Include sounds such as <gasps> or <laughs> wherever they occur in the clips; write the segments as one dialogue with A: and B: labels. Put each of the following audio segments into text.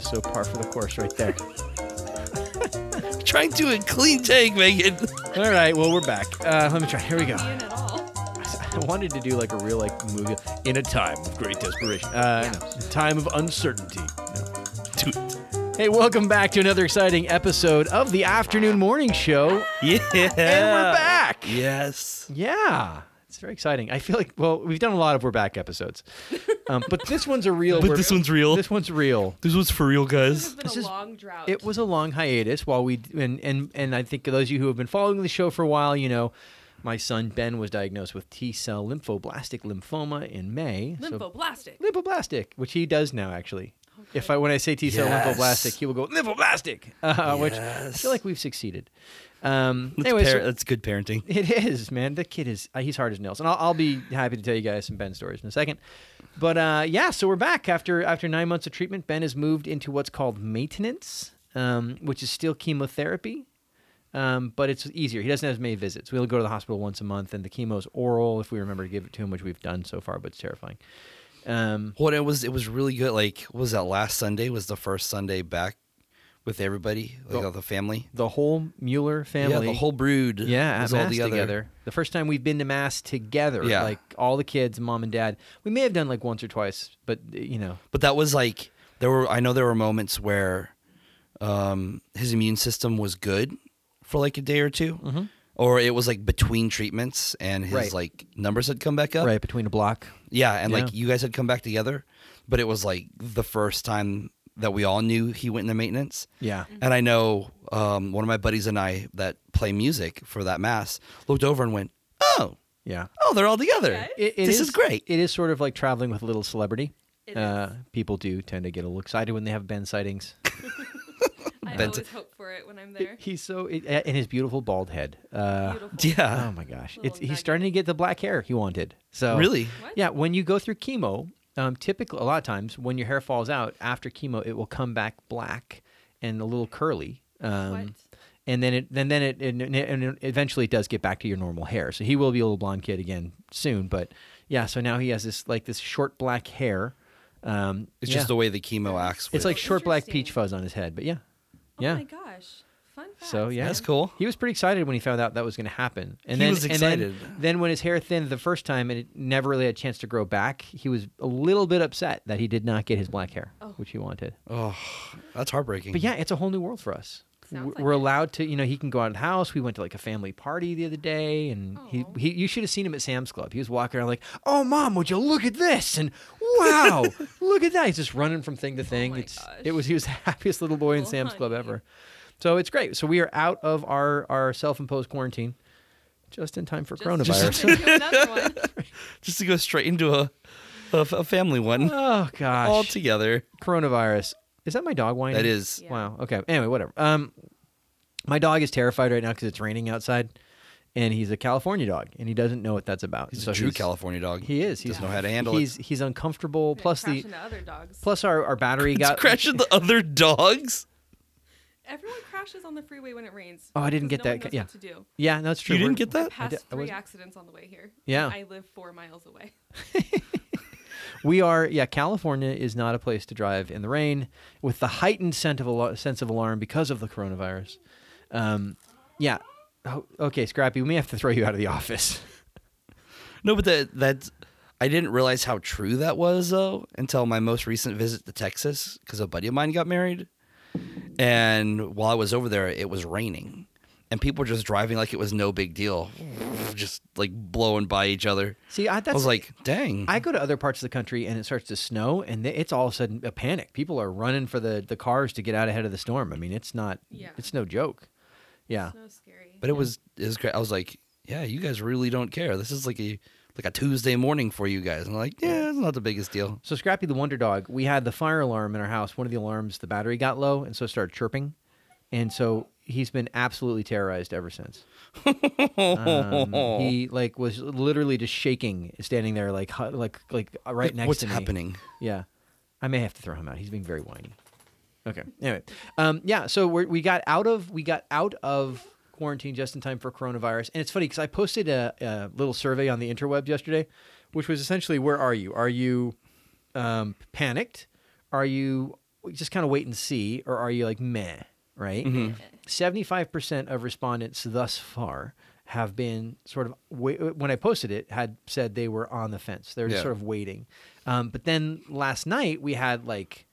A: So par for the course right there.
B: Trying to do a clean take, Megan.
A: All right, well, we're back. Uh, let me try. Here we go. I
C: Ian at all.
A: I wanted to do like a real like movie in a time of great desperation. Uh, no, a time of uncertainty. No.
B: Do it.
A: Hey, welcome back to another exciting episode of the Afternoon Morning Show.
B: Yeah.
A: And we're back.
B: Yes.
A: Yeah. It's very exciting. I feel like, well, we've done a lot of We're Back episodes. Um, but this one's a real.
B: But
A: we're-
B: this one's real.
A: This one's real.
B: This was for real,
C: This
B: guys.
C: has been
A: This
C: a
A: is-
C: long drought.
A: It was a long hiatus while we and and and I think those of you who have been following the show for a while, you know, my son Ben was diagnosed with T cell lymphoblastic lymphoma in May. So, <laughs>
C: lymphoblastic.
A: lymphoblastic, which he does now actually. If I when I say T cell
B: Yes.
A: lymphoblastic, he will go lymphoblastic, <laughs> uh, which I
B: Yes.
A: feel like we've succeeded. Um,
B: That's,
A: anyway, so-
B: par- that's good parenting.
A: it is, man. The kid is, uh, he's hard as nails. And I'll, I'll be happy to tell you guys some Ben stories in a second. But uh, yeah, so we're back after after nine months of treatment. Ben has moved into what's called maintenance, um, which is still chemotherapy, um, but it's easier. He doesn't have as many visits. We'll go to the hospital once a month, and the chemo's oral if we remember to give it to him, which we've done so far, but it's terrifying. Um,
B: What it was, it was really good. Like, what was that last Sunday? Was the first Sunday back with everybody, like
A: The-
B: all the family.
A: the whole Mueller family,
B: Yeah, the whole brood.
A: Yeah, at
B: was
A: mass
B: all together.
A: together. The first time we've been to mass together,
B: Yeah.
A: like all the kids, mom and dad. We may have done like once or twice, but you know,
B: But that was like there were. I know there were moments where um, his immune system was good for like a day or 2 or it was like between treatments and his
A: Mm-hmm. Right.
B: like numbers had come back up.
A: right between a block.
B: Yeah, and like
A: Yeah.
B: you guys had come back together, but it was like the first time that we all knew he went into maintenance.
A: Yeah.
C: Mm. Mm-hmm.
B: And I know um, one of my buddies and I that play music for that mass looked over and went, "Oh,
A: Yeah.
B: oh, they're all together.
C: Okay.
A: It, it
B: this is, great."
A: It is sort of like traveling with a little celebrity.
C: It
A: Uh, people do tend to get a little excited when they have Ben sightings.
C: I
B: Ben's-
C: always hope for it when I'm there.
A: <laughs> He's so it, and his beautiful bald head. Uh,
C: Beautiful.
B: <laughs> yeah,
A: oh my gosh,
C: Little
A: it's, he's
C: nugget.
A: starting to get the black hair he wanted. So
B: really.
C: What?
A: Yeah, when you go through chemo, um, typically a lot of times when your hair falls out after chemo, it will come back black and a little curly. Um,
C: What? Oh
A: And then it then then it and, and- and eventually it does get back to your normal hair. So he will be a little blonde kid again soon. But yeah, so now he has this like this short black hair. Um,
B: It's
A: yeah.
B: just the way the chemo acts.
A: it's
B: With.
A: like short black peach
C: Interesting.
A: fuzz on his head. But yeah,
C: Oh
A: yeah.
C: my gosh. Fun fact.
A: So yeah,
B: That's cool.
A: He was pretty excited when he found out that was going to happen. And
B: He
A: then,
B: was
A: and then-
B: excited.
A: then, when his hair thinned the first time and it never really had a chance to grow back, he was a little bit upset that he did not get his black hair,
C: Oh.
A: which he wanted.
B: oh, that's heartbreaking.
A: But yeah, it's a whole new world for us.
C: Sounds
A: W-
C: like
A: We're
C: it.
A: allowed to, you know, he can go out of the house. We went to like a family party the other day, and he,
C: Aw.
A: he, you should have seen him at Sam's Club. He was walking around like, "Oh, mom, would you look at this?" and "Wow, <laughs> look at that!" He's just running from thing to thing.
C: Oh my
A: it's it
C: gosh.
A: was <laughs> he was the happiest little boy in Sam's Club
C: Funny.
A: ever. So it's great. So we are out of our our self imposed quarantine, just in time for coronavirus.
C: Just jump into another one.
B: just to go straight into a a, a family one
A: <laughs> oh gosh,
B: all together.
A: coronavirus. Is that my dog whining?
B: That is
C: Yeah.
A: Wow. Okay. Anyway, whatever. Um, my dog is terrified right now because it's raining outside, and he's a California dog, and he doesn't know what that's about.
B: he's
A: So
B: a true California dog.
A: He is. He's
B: doesn't know how to handle
A: he's, He's uncomfortable.
C: Yeah,
A: Plus
C: crash
A: the
C: into other dogs.
A: plus our, our battery
B: it.
A: got
B: It's <laughs> crashing the other dogs.
C: Everyone crashes on the freeway when it rains.
A: Oh, I didn't
C: because
A: get
C: no
A: that.
C: One knows
A: Yeah.
C: What to do.
A: <laughs> Yeah, no, it's true.
B: You
A: We're-
B: didn't get that?
C: I passed
A: di- I
C: three
A: wasn't-
C: accidents on the way here.
A: Yeah.
C: And I live four miles away.
A: We are. Yeah, California is not a place to drive in the rain with the heightened sense of alar- sense of alarm because of the coronavirus. Um, yeah. Oh, okay, Scrappy, we may have to throw you out of the office. <laughs>
B: No, but that that's I didn't realize how true that was though until my most recent visit to Texas because a buddy of mine got married, and while I was over there, it was raining, and people were just driving like it was no big deal, just like blowing by each other.
A: See, I, that's
B: I was like, dang.
A: I go to other parts of the country and it starts to snow and th- it's all of a sudden a panic. People are running for the, the cars to get out ahead of the storm. I mean, it's not,
C: Yeah.
A: it's no joke. Yeah.
C: So scary.
B: but it was it was great. I was like, yeah, you guys really don't care. This is like a like a Tuesday morning for you guys, and I'm like, yeah, it's not the biggest deal.
A: So Scrappy the Wonder Dog, we had the fire alarm in our house. One of the alarms, the battery got low and so it started chirping. And so he's been absolutely terrorized ever since. Um, he like was literally just shaking, standing there like hu- like like uh, right next
B: What's
A: to me.
B: happening?
A: Yeah, I may have to throw him out. He's being very whiny. Okay. Anyway, um, yeah. So we're, we got out of we got out of quarantine just in time for coronavirus, and it's funny because I posted a, a little survey on the interwebs yesterday, which was essentially, "Where are you? Are you um, panicked? Are you just kind of wait and see, or are you like meh, right? Seventy-five percent of respondents thus far have been sort of wa- when I posted it had said they were on the fence. They were just
B: Yeah.
A: sort of waiting. Um, but then last night we had like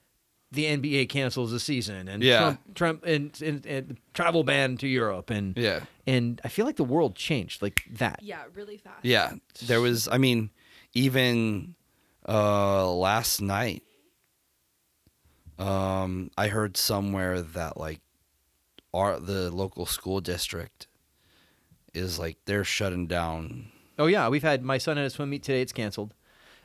A: the NBA cancels the season and
B: Yeah.
A: Trump, Trump and, and, and travel ban to Europe and
B: Yeah.
A: and I feel like the world changed like that.
C: Yeah, really fast.
B: Yeah, there was. I mean, even uh, last night, um, I heard somewhere that like our the local school district is like they're shutting down.
A: Oh yeah, we've had my son at a swim meet today. It's canceled.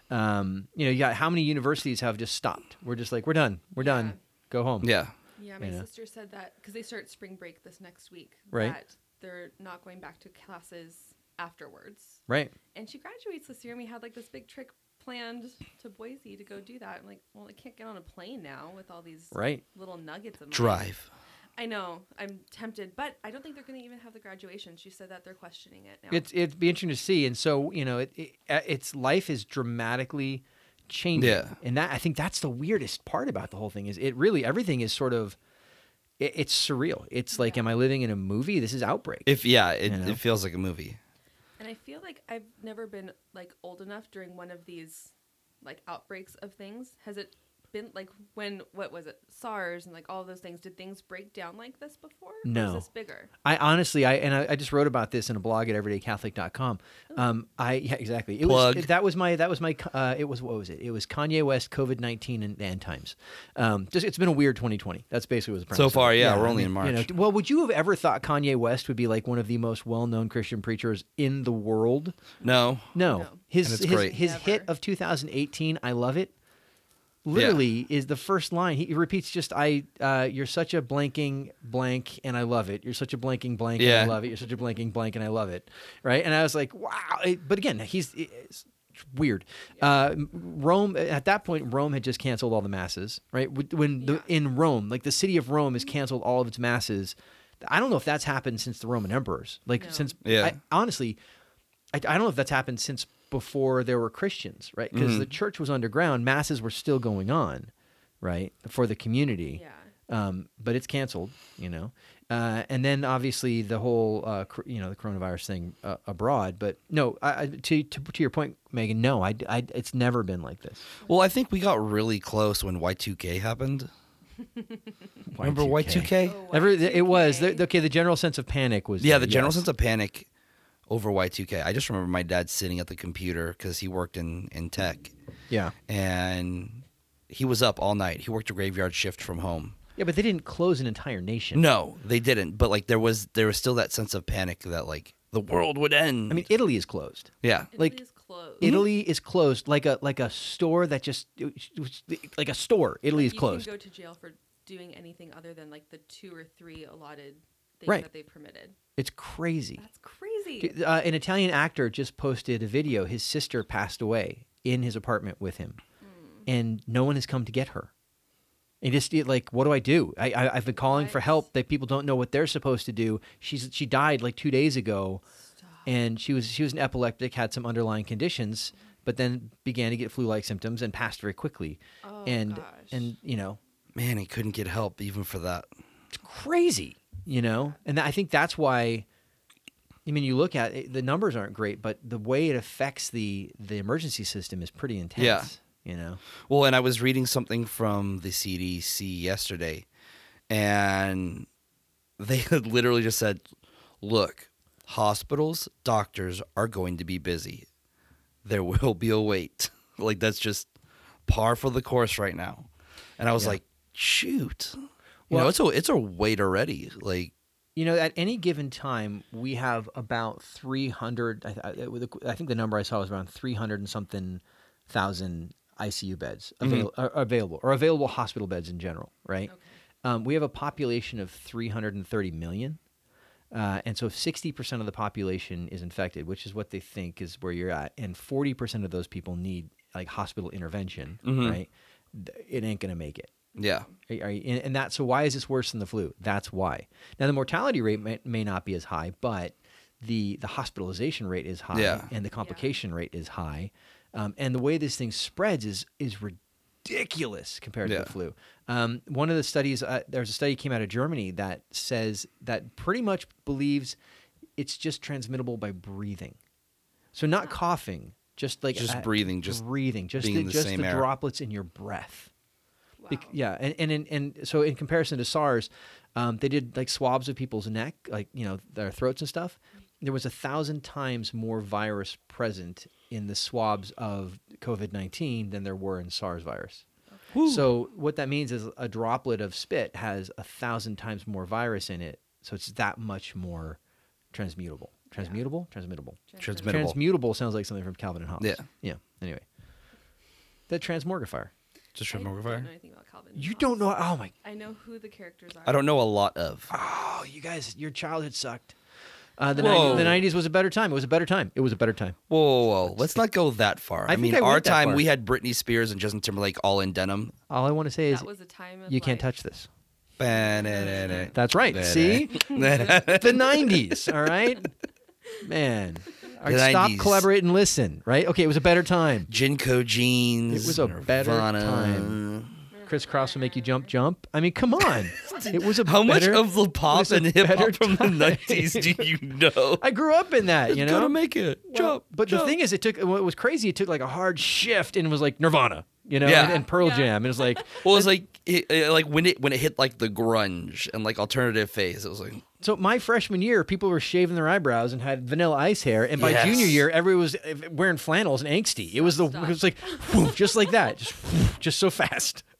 A: Um, you know, you got how many universities have just stopped? We're just like, we're done, we're
C: Yeah.
A: done, go home.
B: Yeah,
C: Yeah, my
A: You know?
C: sister said that because they start spring break this next week.
A: Right.
C: That they're not going back to classes afterwards.
A: right.
C: And she graduates this year, and we had like this big trick planned to Boise to go do that. I'm like, well, I can't get on a plane now with all these
A: Right.
C: little nuggets of mine.
B: drive.
C: I know. I'm tempted, but I don't think they're going to even have the graduation. She said that they're questioning it now.
A: It's it'd be interesting to see, and so you know, it, it uh, its life is dramatically changing,
B: Yeah.
A: and that I think that's the weirdest part about the whole thing is it really everything is sort of it, it's surreal. It's like,
C: Yeah.
A: am I living in a movie? This is outbreak.
B: If yeah, it,
A: You know?
B: it feels like a movie.
C: and I feel like I've never been like old enough during one of these like outbreaks of things. Has it been like when what was it SARS and like all those things? Did things break down like this before? Or
A: No.
C: is this bigger?
A: I honestly, I and I, I just wrote about this in a blog at everydaycatholic.com. Um, I yeah, exactly. It
B: Plug.
A: was that was my that was my uh, it was what was it? It was Kanye West COVID nineteen and, and times. Um, just it's been a weird twenty twenty. That's basically what the
B: So
A: premise of
B: far,
A: it.
B: yeah, we're only in
A: you know,
B: March.
A: well, would you have ever thought Kanye West would be like one of the most well known Christian preachers in the world?
B: No,
A: No,
C: No.
A: his
B: And it's
A: his,
B: great.
A: his
C: Never.
A: hit of 2018, I love it. Literally is the first line. He, he repeats just I uh, you're such a blanking blank and I love it. You're such a blanking blank
B: Yeah.
A: and I love it. You're such a blanking blank and I love it. Right? And I was like, wow. It- but again, he's it's weird. Uh, Rome at that point Rome had just canceled all the masses, right? When the,
C: Yeah.
A: in Rome, like the city of Rome has canceled all of its masses. I don't know if that's happened since the Roman emperors. Like
C: No.
A: since
B: Yeah.
A: I, honestly, I, I don't know if that's happened since before there were Christians, right? Because
B: Mm.
A: the church was underground, masses were still going on, right, for the community.
C: Yeah.
A: Um, but it's canceled, you know. Uh, and then obviously the whole, uh, cr- you know, the coronavirus thing uh, abroad. But no, I, I, to, to to your point, Megan, no, I, I it's never been like this.
B: well, I think we got really close when Y two K happened. Remember Y two K?
C: Oh,
A: Every, it was
C: Y2K.
A: the, okay. The general sense of panic was
B: Yeah,
A: there,
B: the general
A: yes.
B: sense of panic over Y2K. I just remember my dad sitting at the computer because he worked in, in tech
A: Yeah,
B: and he was up all night. He worked a graveyard shift from home.
A: yeah, but they didn't close an entire nation.
B: No, they didn't. But like there was there was still that sense of panic that like the world would end.
A: I mean Italy is closed.
B: yeah.
C: Italy
A: like,
C: is closed.
A: Italy is closed, like a like a store that just like a store. Italy is
C: you
A: closed.
C: can go to jail for doing anything other than like the two or three allotted things
A: Right.
C: that they permitted.
A: It's crazy.
C: That's crazy.
A: Dude, Uh, an Italian actor just posted a video. His sister passed away in his apartment with him,
C: Hmm.
A: and no one has come to get her. And just it, like, what do I do? I, I I've been calling for
C: What?
A: help. That people don't know what they're supposed to do. She's she died like two days ago.
C: Stop.
A: and she was she was an epileptic, had some underlying conditions,
C: Hmm.
A: but then began to get flu-like symptoms and passed very quickly.
C: Oh,
A: and
C: gosh.
A: and you know,
B: Man, he couldn't get help even for that.
A: it's crazy, you know. And I think that's why. I mean, you look at it, the numbers aren't great, but the way it affects the the emergency system is pretty intense.
B: Yeah.
A: You know.
B: Well, and I was reading something from the CDC yesterday, and they <laughs> had literally just said, "Look, hospitals, doctors are going to be busy. There will be a wait. <laughs> Like that's just par for the course right now." And I was
A: Yeah.
B: like, "Shoot, you
A: Well-
B: know, it's a it's a wait already. Like,
A: You know, at any given time, we have about 300. I, I, with the- I think the number I saw was around 300 and something thousand ICU beds avail- are available, or available hospital beds in general, right?
C: Okay.
A: Um, we have a population of 330 million. Uh, and so, if 60% of the population is infected, which is what they think is where you're at, and 40% of those people need like hospital intervention, right? th- It ain't going to make it.
B: yeah,
A: Are, are you, and, and that's so why is this worse than the flu? That's why. Now the mortality rate may, may not be as high, but the the hospitalization rate is high,
B: Yeah.
A: and the complication rate is high, um, and the way this thing spreads is is ridiculous compared to
B: Yeah.
A: the flu. Um, one of the studies, uh, there's a study came out of Germany that says that pretty much believes it's just transmittable by breathing. So not coughing, just like
B: Just
A: uh,
B: breathing, just
A: breathing, just
B: being
A: the,
B: in the
A: just
B: same
A: the
B: air.
A: droplets in your breath.
C: Wow.
A: Bec- yeah, and and, and and so in comparison to SARS, um, they did like swabs of people's neck, like you know their throats and stuff. There was a thousand times more virus present in the swabs of COVID nineteen than there were in SARS virus. So what that means is a droplet of spit has a thousand times more virus in it, so it's that much more transmutable. Transmutable, transmittable.
B: Transmittable.
A: Transmutable sounds like something from Calvin and Hobbes.
B: Yeah.
A: Yeah. Anyway, the transmorgifier.
B: Just
C: I
B: remember
C: don't
B: fire.
C: know anything about Calvin.
A: You don't know. Oh my
C: I know who the characters are.
B: I don't know a lot of.
A: Oh, you guys, your childhood sucked. Uh, the,
B: Whoa.
A: 90s, the 90s was a better time. It was a better time. It was a better time.
B: Whoa, whoa, whoa. Let's not go that far.
A: I
B: I,
A: think
B: mean,
A: I
B: our
A: went that
B: time
A: far.
B: we had Britney Spears and Justin Timberlake all in denim.
A: All I want to say is
C: That was a time of
A: you can't
C: life.
A: touch this.
B: Ba-na-na-na.
A: That's right.
B: Ba-na.
A: See?
B: <laughs> Na-na.
A: the 90s, all right? Man. All right,
B: The
A: stop,
B: 90s.
A: collaborate, and listen, right? Okay, it was a better time.
B: Jinko jeans.
A: It was a better time. Crisscross will make you jump, jump. I mean, come on. It was a
B: <laughs> How much
A: better-
B: of the
A: it
B: pop
A: was a
B: and hip
A: better
B: hop from the
A: time. <laughs>
B: nineties do you know?
A: I grew up in that, you
B: It's
A: know?
B: gonna make it.
A: Well,
B: Jump,
A: But the
B: jump.
A: thing is, it took what was crazy. It took like a hard shift and was like Nirvana, you know,
B: Yeah.
A: and, and Pearl
C: Yeah.
A: Jam, and it was like,
B: well, it's like it, it- like when it when it hit like the grunge and like alternative phase, it was like
A: So my freshman year, people were shaving their eyebrows and had vanilla ice hair, and by
B: Yes.
A: junior year, everyone was uh, wearing flannels and angsty. It was the
C: Stop,
A: it was like whoosh, just like that, just whoosh, just so fast. <laughs>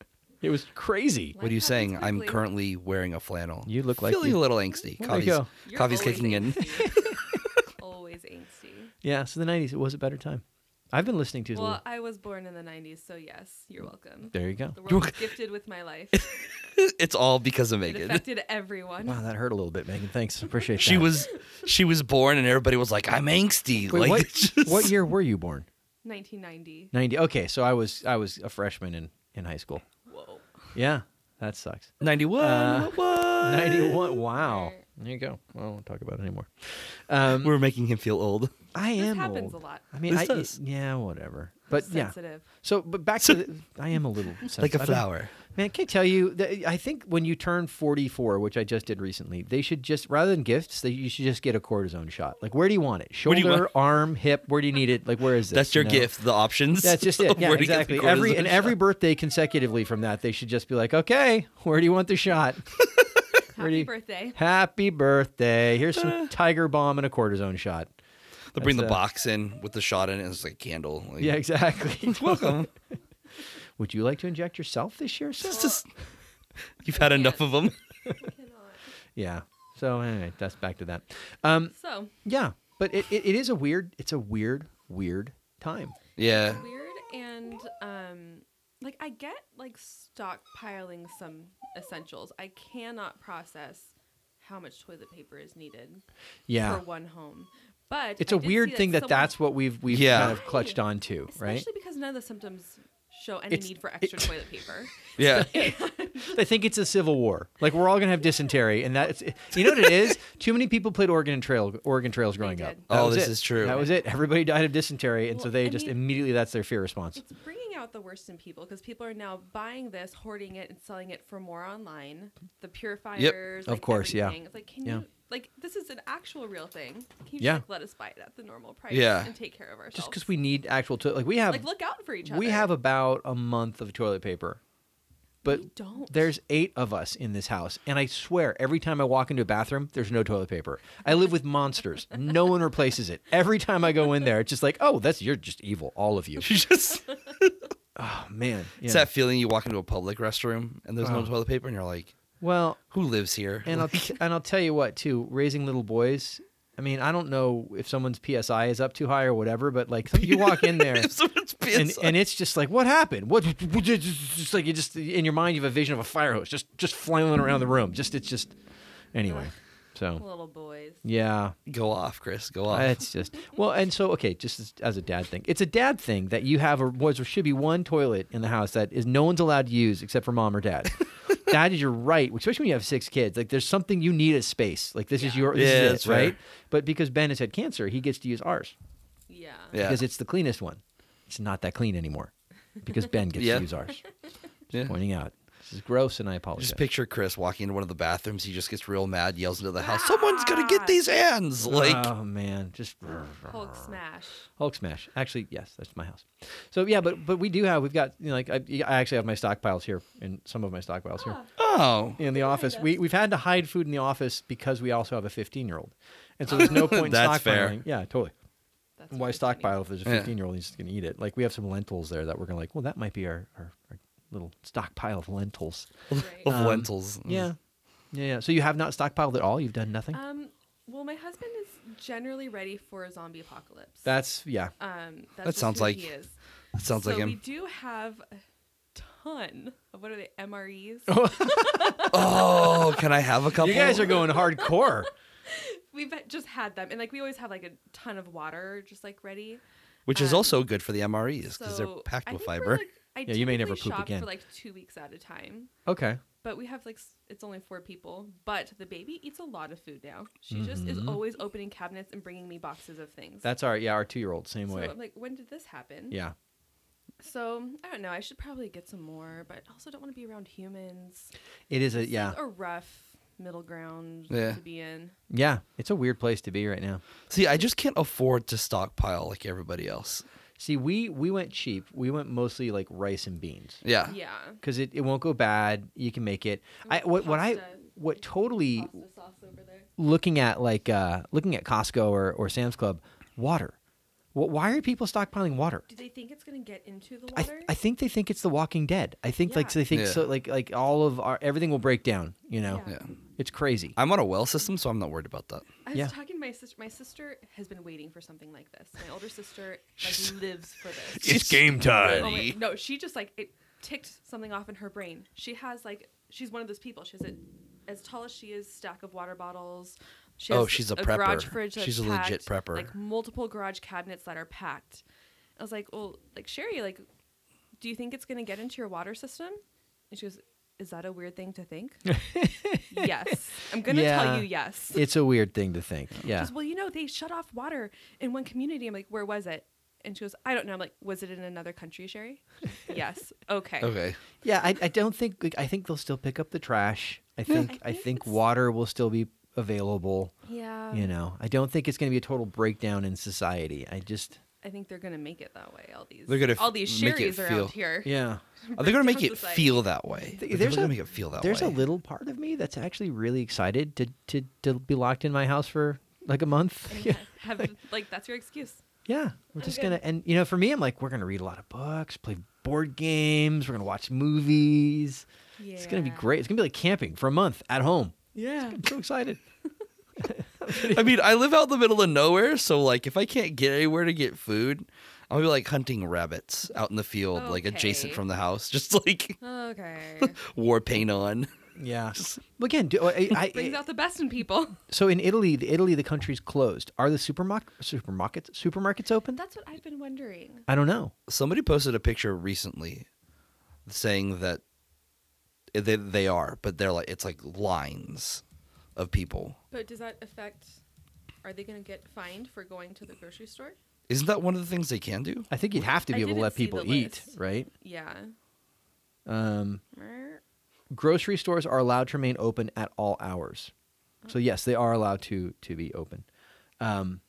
A: It was crazy.
B: What are you
C: Life happens
B: saying? I'm
C: quickly.
B: currently wearing a flannel.
A: You look like
B: feeling
A: you-
B: a little angsty.
A: Well, there you
B: coffee's
A: go.
C: You're
B: coffee's
C: always
B: kicking in.
C: angsty.
A: <laughs>
C: always angsty.
A: Yeah, so the '90s it was a better time. I've been listening to. his
C: Well,
A: little-
C: I was born in the 90s, so yes, you're welcome.
A: there you go.
C: The world was gifted with my life.
B: <laughs>
A: <laughs>
B: it's all because of
C: It
B: Megan.
C: affected everyone.
A: Wow, that hurt a little bit, Megan. Thanks, appreciate that.
B: She was she was born and everybody was like, I'm angsty.
A: Wait,
B: like
A: what,
B: <laughs> it's just-
A: what year were you born?
C: 1990.
A: '90. Okay, so I was I was a freshman in in high school.
C: Whoa.
A: Yeah, that sucks.
B: 91.
A: Uh,
B: what, what?
A: 91. Wow. There you go. Well, I won't talk about it anymore. Um,
B: We're making him feel old.
A: I
C: This
A: am
C: happens
A: old.
C: a lot.
A: I mean,
B: This
A: I,
B: does.
A: yeah, whatever. But yeah,
C: sensitive.
A: so but back to the, I am a little
B: <laughs> Like
A: sensitive.
B: a flower.
A: Man, can I tell you? That I think when you turn forty-four, which I just did recently, they should just rather than gifts, they, you should just get a cortisone shot. Like, where do you want it?
B: Where do you
A: Shoulder,
B: want-
A: arm, hip. Where do you need it? Like, where is this?
B: That's your
A: you know?
B: gift, the options.
A: That's
B: <laughs>
A: just it.
B: of
A: Yeah,
B: where to get the
A: exactly. Every
B: cortisone
A: and every
B: shot.
A: birthday consecutively from that, they should just be like, okay, where do you want the
B: <laughs>
A: shot? Where do
C: Happy
A: you-
C: birthday. <laughs>
A: Happy birthday. Here's
B: <sighs>
A: some Tiger Bomb and a cortisone shot.
B: They'll bring the
A: that's, uh,
B: box in with the shot in it and it's like a candle. Like,
A: Yeah,
B: <laughs>
A: exactly.
B: Welcome.
A: <laughs> Would you like to inject yourself this year, sir?
B: It's just- you've had enough of them.
A: <laughs> Yeah. So anyway, that's back to that. Um,
C: So
A: yeah, but it, it, it is a weird. It's a weird, weird time.
B: Yeah.
C: weird and um like I get like stockpiling some essentials. I cannot process how much toilet paper is needed
A: Yeah,
C: for one home. But
A: it's
C: a
A: a weird thing that that's what we've we've
B: Yeah.
A: kind of clutched onto, right?
C: Especially because none of the symptoms show any
A: It's-
C: need for extra
A: it-
C: toilet paper.
B: <laughs> Yeah.
A: I think it's a civil war. Like we're all gonna have dysentery, and that's you know what it
C: <laughs>
A: is. Too many people played Oregon Trail, Oregon Trails growing up.
C: did.
A: That
B: Oh,
A: was
B: this
A: it.
B: is true.
A: That was it. Everybody died of dysentery, and so
C: Well,
A: they
C: I
A: just
C: mean-
A: immediately that's their fear response.
C: It's bringing out the worst in people because people are now buying this, hoarding it, and selling it for more online. The purifiers,
A: Of
C: like,
A: course, yeah.
C: everything. It's like, can
A: Yeah.
C: you like this is an actual real thing? Can you just,
A: Yeah.
C: like, let us buy it at the normal price
B: Yeah.
C: and take care of ourselves?
A: Just because we need actual to- like we have
C: like look out for each other.
A: we have about a month of toilet paper, but
C: We don't.
A: there's eight of us in this house, and I swear every time I walk into a bathroom, there's no toilet paper. I live with monsters. No one replaces it. Every time I go in there, it's just like, oh, that's you're just evil, all of you.
B: <laughs> She just
A: Oh man,
B: It's
A: Yeah.
B: that feeling you walk into a public restroom and there's
A: Oh.
B: no toilet paper and you're like,
A: well,
B: <laughs> who lives here?
A: and I'll t- and I'll tell you what too. Raising little boys. I mean, I don't know if someone's PSI is up too high or whatever, but like you walk in there.
B: If someone's
A: and,
B: pissed
A: and it's just like what happened what <laughs> what- it's just like you just in your mind you have a vision of a fire hose just just flailing around the room just it's just anyway so
C: little boys.
A: yeah
B: go off, Chris, go off.
A: it's just well and so okay just as, as a dad thing it's a dad thing that you have or was or should be one toilet in the house that is no one's allowed to use except for mom or dad that is your right especially when you have six kids like there's something you need a space like this is
C: Yeah.
A: your this is
B: Yeah,
A: it,
B: that's fair.
A: right but because ben has had cancer he gets to use ours
C: Yeah.
B: yeah.
A: because it's the cleanest one it's not that clean anymore because Ben
B: <laughs>
A: gets
B: Yeah.
A: to use ours.
B: Yeah.
A: Pointing out this is gross, and I apologize.
B: Just picture Chris walking into one of the bathrooms. He just gets real mad, yells into the
C: Ah.
B: house, "Someone's gonna get these hands!" Like,
A: oh man, just
C: Hulk smash.
A: Hulk smash. Actually, yes, that's my house. So yeah, but but we do have we've got you know, like I, I actually have my stockpiles here and some of my stockpiles here.
C: Ah,
B: oh,
A: in the
C: Yeah,
A: office.
C: that's-
A: We we've had to hide food in the office because we also have a 15 year old, and
B: <laughs>
A: so there's no point in
B: That's
A: stockpiling.
B: fair.
A: Yeah, totally.
C: that's
A: Why
C: really funny.
A: stockpile if there's a
B: Yeah.
A: 15 year old? He's just gonna eat it. Like we have some lentils there that we're gonna like. Well, that might be our our, our little stockpile of lentils.
C: Right.
B: of
A: Um,
B: lentils. Mm.
A: Yeah, yeah, yeah. So you have not stockpiled at all. You've done nothing.
C: Um, well, my husband is generally ready for a zombie apocalypse.
A: That's yeah.
C: um, that's
B: That
C: just
B: sounds
C: who
B: like-
C: he is.
B: That sounds
C: so
B: like <laughs>
C: We
B: him.
C: do have a ton of what are they MREs?
B: oh, can I have a couple?
A: You guys are going
C: <laughs>
A: hardcore.
C: We've just had them, and like we always have like a ton of water just like ready.
B: Which is
C: um,
B: also good for the MREs because
C: so
B: they're packed
C: I
B: with
C: think we're,
B: fiber.
C: like- I
A: Yeah, you may
C: typically
A: never poop
C: shop
A: again.
C: for like two weeks at a time.
A: Okay.
C: But we have like s- it's only four people, but the baby eats a lot of food now. She just is
A: Mhm.
C: always opening cabinets and bringing me boxes of things.
A: That's our yeah our two year old same
C: so
A: way.
C: I'm like, when did this happen?
A: Yeah.
C: So I don't know. I should probably get some more, but I also don't want to be around humans.
A: It is a
C: It's
A: yeah
C: like a rough middle ground
B: Yeah.
C: to be in.
A: yeah. It's a weird place to be right now.
B: See, I just can't afford to stockpile like everybody else.
A: See, we we went cheap. We went mostly like rice and beans.
B: Yeah.
C: Yeah.
A: because it, it won't go bad. You can make it.
C: And
A: I what, what I
C: pasta-
A: what totally
C: pasta sauce over there.
A: looking at like uh, looking at Costco or, or Sam's Club water. Wh- Why are people stockpiling water?
C: Do they think it's gonna get into the
A: I,
C: water?
A: th- I think they think it's The Walking Dead. I think like
C: Yeah.
A: so they think
B: Yeah.
A: so like like all of our everything will break down. You know,
B: Yeah.
A: it's crazy.
B: I'm on a well system, so I'm not worried about that.
C: I was
A: Yeah.
C: talking to my sister. My sister has been waiting for something like this. My older sister
B: <laughs>
C: like lives for this.
B: It's game time.
C: Oh my, no, she just like it ticked something off in her brain. She has like she's one of those people. She has it as tall as she is stack of water bottles. She
B: Oh,
C: has
B: she's a
C: Garage
B: prepper.
C: fridge that's
B: She's a legit
C: packed,
B: prepper.
C: Like multiple garage cabinets that are packed. I was like, well, like Sherry, like, do you think it's gonna get into your water system? And she goes, is that a weird thing
B: <laughs>
C: to think? yes, I'm gonna
A: Yeah.
C: tell you yes.
A: It's a weird thing to think. Yeah,
C: She's, well, you know, they shut off water in one community. I'm like, where was it? And she goes, I don't know. I'm like, was it in another
A: <laughs>
C: country, Sherry? yes. Okay.
B: Okay.
A: yeah. I, I don't think like, I think they'll still pick up the trash. I think I
C: think
A: think
C: it's-
A: water will still be available.
C: Yeah.
A: you know, I don't think it's going to be a total breakdown in society. I just
C: I think they're gonna make it that way. All these.
B: They're gonna f-
C: all these
B: make it
C: Sherrys around
B: feel-
C: here.
A: Yeah.
B: Are they going to make
C: Sounds
B: it
C: the same.
B: feel that way?
A: Th-
B: Are they
A: there's
B: going
A: a-
B: to make it feel that
A: There's
B: way.
A: a little part of me that's actually really excited to to, to be locked in my house for like a month.
C: And
A: Yeah.
C: Have, have- like that's your excuse.
A: We're
C: I'm
A: just
C: good.
A: going to and you know, for me I'm like we're going to read a lot of books, play board games, we're going to watch movies.
C: Yeah.
A: It's going to be great. It's going to be like camping for a month at home.
C: Yeah.
A: I'm so
C: <laughs>
A: excited. <laughs>
B: I mean, I live out in the middle of nowhere, so like if I can't get anywhere to get food, I'll be like hunting rabbits out in the field, like adjacent
C: Okay.
B: from the house, <laughs> just like
C: <laughs> Okay.
A: <laughs>
B: war paint on.
A: Yeah. Well, again, do, I, I,
C: Brings out the best in people. <laughs>
A: so in Italy, the Italy the country's closed. Are the supermarket supermarkets supermarkets open?
C: That's what I've been wondering.
A: I don't know.
B: Somebody posted a picture recently saying that they, they are, but they're like it's like lines of people.
C: But does that affect? Are they gonna get fined for going to the grocery store?
B: Isn't that one of the things they can do?
A: I think you'd have to
C: I
A: be able to
C: didn't
A: let
C: see
A: people
C: the
A: eat,
C: list.
A: right?
C: Yeah.
A: Um, grocery stores are allowed to remain open at all hours. So
B: Mm.
A: yes, they are allowed to to be open. Um,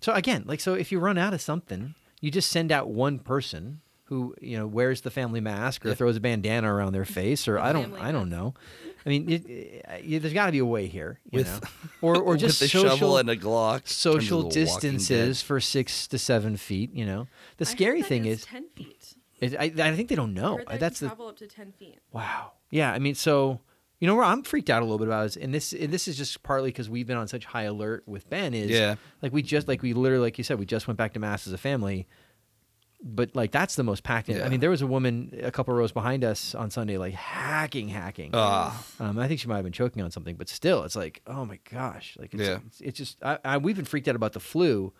A: so again, like so, if you run out of something, you just send out one person who you know wears the family mask or
B: Yeah.
A: throws a bandana around
B: <laughs>
A: their face, or I don't
C: Family
A: I don't know. I mean, it, it- there's got to be a way here, you
B: With-
A: know,
B: <laughs>
A: or or just
B: With a
A: social
B: shovel and a Glock. turns
A: social
B: into The Walking Dead.
A: distances for six to seven feet. You know, the scary thing is,
C: ten feet.
A: is I, I think they don't know.
C: Heard that
A: That's
C: you
A: the
C: travel up to ten feet.
A: Wow. Yeah. I mean, so you know where I'm freaked out a little bit about is, and this and this is just partly because we've been on such high alert with Ben is,
B: Yeah.
A: like we just like we literally like you said we just went back to mass as a family, but like that's the most packed. in. I
B: Yeah.
A: mean, there was a woman a couple rows behind us on Sunday like hacking, hacking.
B: Ah.
A: Um, I think she might have been choking on something, but still, it's like, oh my gosh, like it's,
B: Yeah.
A: it's, it's just I, I, we've been freaked out about the flu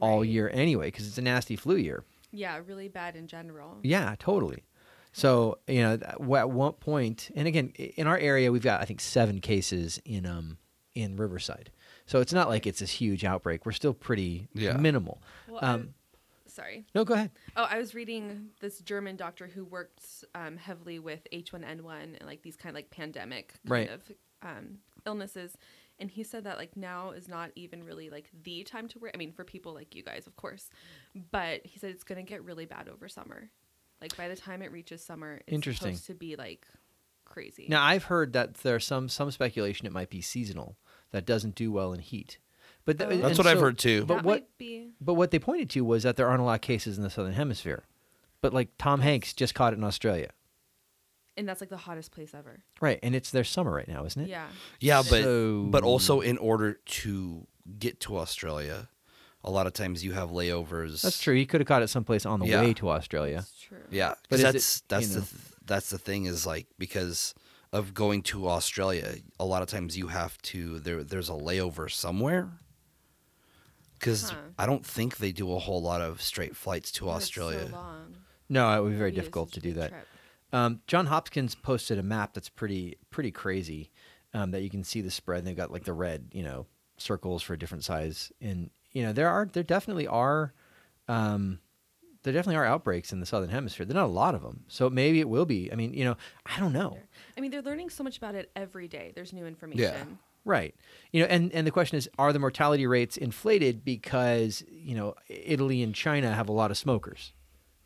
A: all
C: Right.
A: year anyway because it's a nasty flu year.
C: Yeah, really bad in general.
A: Yeah, totally. So you know, th- w- at one point, and again, i- in our area, we've got I think seven cases in um in Riverside. So it's not like it's this huge outbreak. We're still pretty
B: Yeah.
A: minimal.
C: Well,
A: um,
C: I, Sorry.
A: No, go ahead.
C: Oh, I was reading this German doctor who worked um, heavily with H1N1 and like these kind of like pandemic kind
A: Right.
C: of um, illnesses, and he said that like now is not even really like the time to wear. I mean, for people like you guys, of course, but he said it's going to get really bad over summer. Like by the time it reaches summer, it's
A: Interesting.
C: supposed to be like crazy.
A: Now I've heard that there's some some speculation it might be seasonal that doesn't do well in heat. But th-
C: Oh. That's
B: That's
A: and
B: what I've
A: so-
B: heard too.
A: but
C: That
A: what-
C: might be
A: But what they pointed to was that there aren't a lot of cases in the southern hemisphere. But like Tom Hanks just caught it in Australia,
C: and that's like the hottest place ever.
A: right? And it's their summer right now, isn't it?
C: Yeah.
B: Yeah, but
A: So-
B: but also in order to get to Australia, a lot of times you have layovers.
A: that's true. He could have caught it someplace on the
B: Yeah.
A: way to Australia.
C: That's true.
B: Yeah,
A: But
B: because
A: is it,
B: that's that's
A: you
B: the
A: know-
B: th- that's the thing is like because of going to Australia, a lot of times you have to there there's a layover somewhere. Because
C: Huh.
B: I don't think they do a whole lot of straight flights to
C: Oh, it's so
B: Australia.
C: long.
A: No, it would be very
C: Yeah, it's
A: difficult
C: such
A: to
C: a
A: do
C: big
A: that.
C: trip.
A: Um, John Hopkins posted a map that's pretty pretty crazy um, that you can see the spread. And they've got like the red, you know, circles for different size, and you know there are there definitely are um, there definitely are outbreaks in the southern hemisphere. There are not a lot of them, so maybe it will be. I mean, you know, I don't know,
C: there. I mean, they're learning so much about it every day. There's new information.
A: right? You know, and and the question is, are the mortality rates inflated because you know Italy and China have a lot of smokers,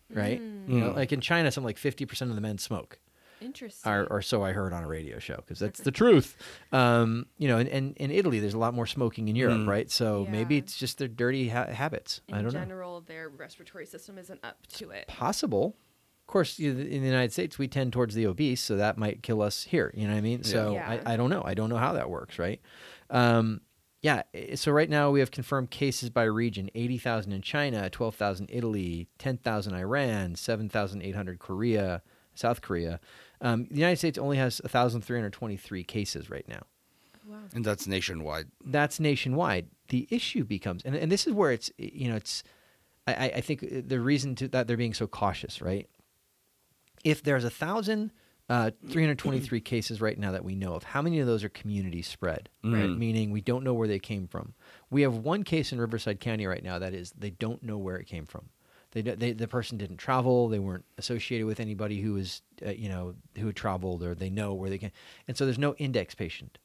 A: right? You know,
B: Mm.
A: like in China, something like fifty percent of the men smoke.
C: Interesting.
A: or, or so I heard on a radio show, because that's the truth. Um, you know, and in, in, Italy, there's a lot more smoking in Europe,
B: Mm.
A: right? So maybe
C: Yeah.
A: it's just their dirty ha- habits.
C: In
A: I don't know.
C: general, their respiratory system isn't up to it.
A: Possible. Of course, you- in the United States, we tend towards the obese, so that might kill us here. You know what I mean? So
C: Yeah.
A: I, I don't know. I don't know how that works, right? Um, yeah. eh, So right now we have confirmed cases by region: eighty thousand in China, twelve thousand Italy, ten thousand Iran, seven thousand eight hundred Korea, South Korea. Um, the United States only has thousand three hundred twenty-three cases right now
C: Wow.
B: And that's nationwide.
A: that's nationwide. The issue becomes, and, and this is where it's, you know, it's, I, I- I think the reason to, that they're being so cautious, right? If there's a thousand, uh, 323 cases right now that we know of, how many of those are community spread? Right?
B: Mm.
A: Meaning we don't know where they came from. We have one case in Riverside County right now that is they don't know where it came from. They, don't- they, the person didn't travel. They weren't associated with anybody who was, uh, you know, who had traveled or they know where they came. And so there's no index patient.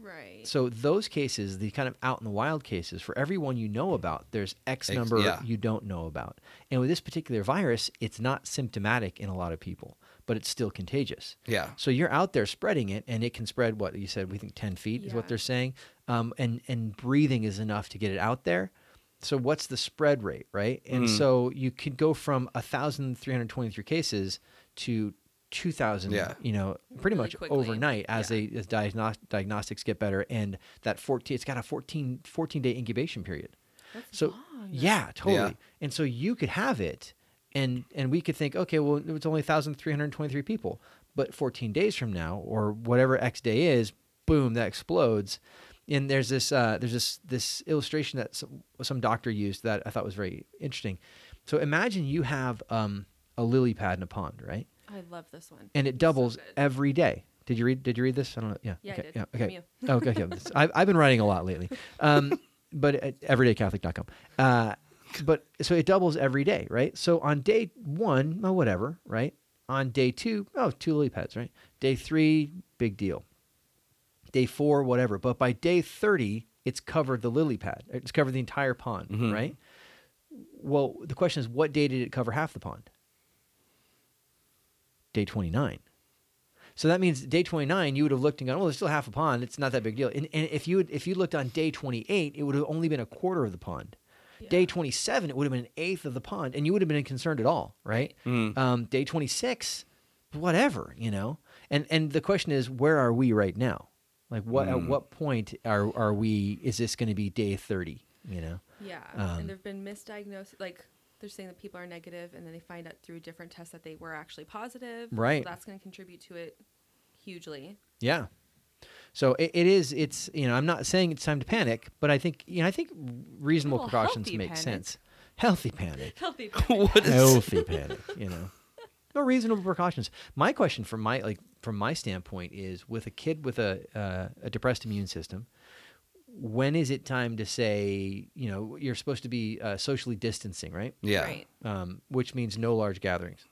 C: Right.
A: So those cases, the kind of out in the wild cases, for everyone you know about, there's X
B: Ex-
A: number
B: yeah.
A: you don't know about. And with this particular virus, it's not symptomatic in a lot of people, but it's still contagious.
B: Yeah.
A: So you're out there spreading it, and it can spread what you said. We think ten feet is what
C: Yeah.
A: they're saying, um, and and breathing is enough to get it out there. So what's the spread rate, right? And
C: Mm.
B: Mhm.
A: so you could go from thousand three hundred twenty-three cases to two thousand,
B: Yeah.
A: you know, pretty
C: Really
A: much
C: quickly.
A: overnight as
C: Yeah.
A: they as diagnos- diagnostics get better, and that fourteen, it's got a 14, 14 day incubation period.
C: That's
A: So
C: long.
A: yeah, totally. And so you could have it, and and we could think, okay, well, it's only thousand three hundred twenty three people, but fourteen days from now, or whatever X day is, boom, that explodes. And there's this uh, there's this this illustration that some, some doctor used that I thought was very interesting. So imagine you have um, a lily pad in a pond, right?
C: I love this one.
A: And it doubles
C: So good.
A: every day. Did you read? Did you read this? I don't know. Yeah.
C: Yeah, I
A: okay.
C: did.
A: Yeah.
C: From
A: Okay.
C: you.
A: Oh, okay, okay. This- I've, I've been writing a lot lately, um, but at everydaycatholic.com. Uh, but so it doubles every day, right? So on day one, oh, whatever, right? On day two, oh, two lily pads, right? Day three, big deal. Day four, whatever. But by day 30, it's covered the lily pad. It's covered the entire pond,
B: Mhm.
A: right? Well, the question is, what day did it cover half the pond? Day 29. So that means day 29, you would have looked and gone, well, there's still half a pond. It's not that big deal. And, and if you had, if you looked on day 28, it would have only been a quarter of the pond.
C: Yeah.
A: Day 27, it would have been an eighth of the pond, and you would have been concerned at all, right?
B: Mm.
A: Um, day 26, whatever, you know. And and the question is, where are we right now? Like, what at
B: Mm.
A: what point are are we? Is this going to be day 30? You know,
C: Yeah.
A: Um,
C: and there've been misdiagnosed like they're saying that people are negative and then they find out through different tests that they were actually positive. So
A: Right.
C: that's going to contribute to it hugely. <laughs>
A: yeah. So it, it is. It's you know, I'm not saying it's time to panic, but I think you know, I think reasonable
C: Well,
A: precautions
C: healthy
A: make
C: panic.
A: sense. Healthy panic. <laughs>
C: Healthy.
B: what is
A: healthy panic, you know. <laughs> No reasonable precautions. My question from my like from my standpoint is with a kid with a uh, a depressed immune system, when is it time to say, you know, you're supposed to be uh, socially distancing, right?
B: Yeah.
C: Right.
A: Um, which means no large gatherings.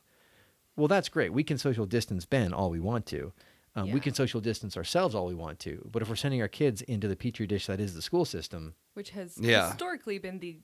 A: Well, that's great. We can social distance Ben all we want to. Um,
C: Yeah.
A: We can social distance ourselves all we want to. But if we're sending our kids into the petri dish that is the school system,
C: Which has
B: Yeah.
C: historically been the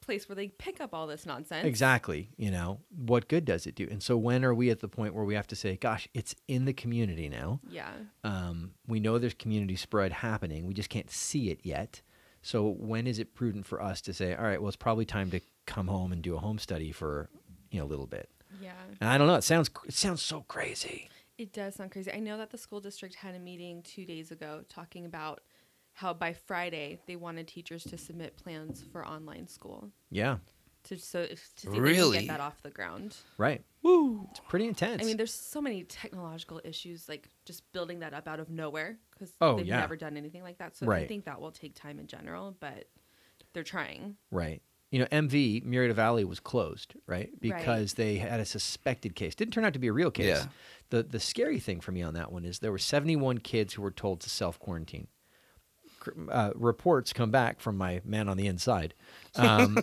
C: place where they pick up all this nonsense.
A: exactly, you know, what good does it do? And so when are we at the point where we have to say, gosh, it's in the community now?
C: Yeah.
A: Um, we know there's community spread happening. We just can't see it yet. So when is it prudent for us to say, all right, well, it's probably time to come home and do a home study for you know a little bit?
C: Yeah.
A: And I don't know. It sounds it sounds so crazy.
C: It does sound crazy. I know that the school district had a meeting two days ago talking about how by Friday they wanted teachers to submit plans for online school
A: Yeah,
C: to so if, to see if they
B: Really?
C: can get that off the ground.
A: right.
B: Woo.
A: It's pretty intense.
C: I mean, there's so many technological issues, like just building that up out of nowhere because
A: Oh,
C: they've
A: yeah.
C: never done anything like that. So I
A: Right.
C: think that will take time in general, but they're trying.
A: right. You know, MV Murrieta Valley was closed, right?
C: Right.
A: Because they had a suspected case. Didn't turn out to be a real case.
B: Yeah.
A: The the scary thing for me on that one is there were 71 kids who were told to self quarantine. Uh, reports come back from my man on the inside um,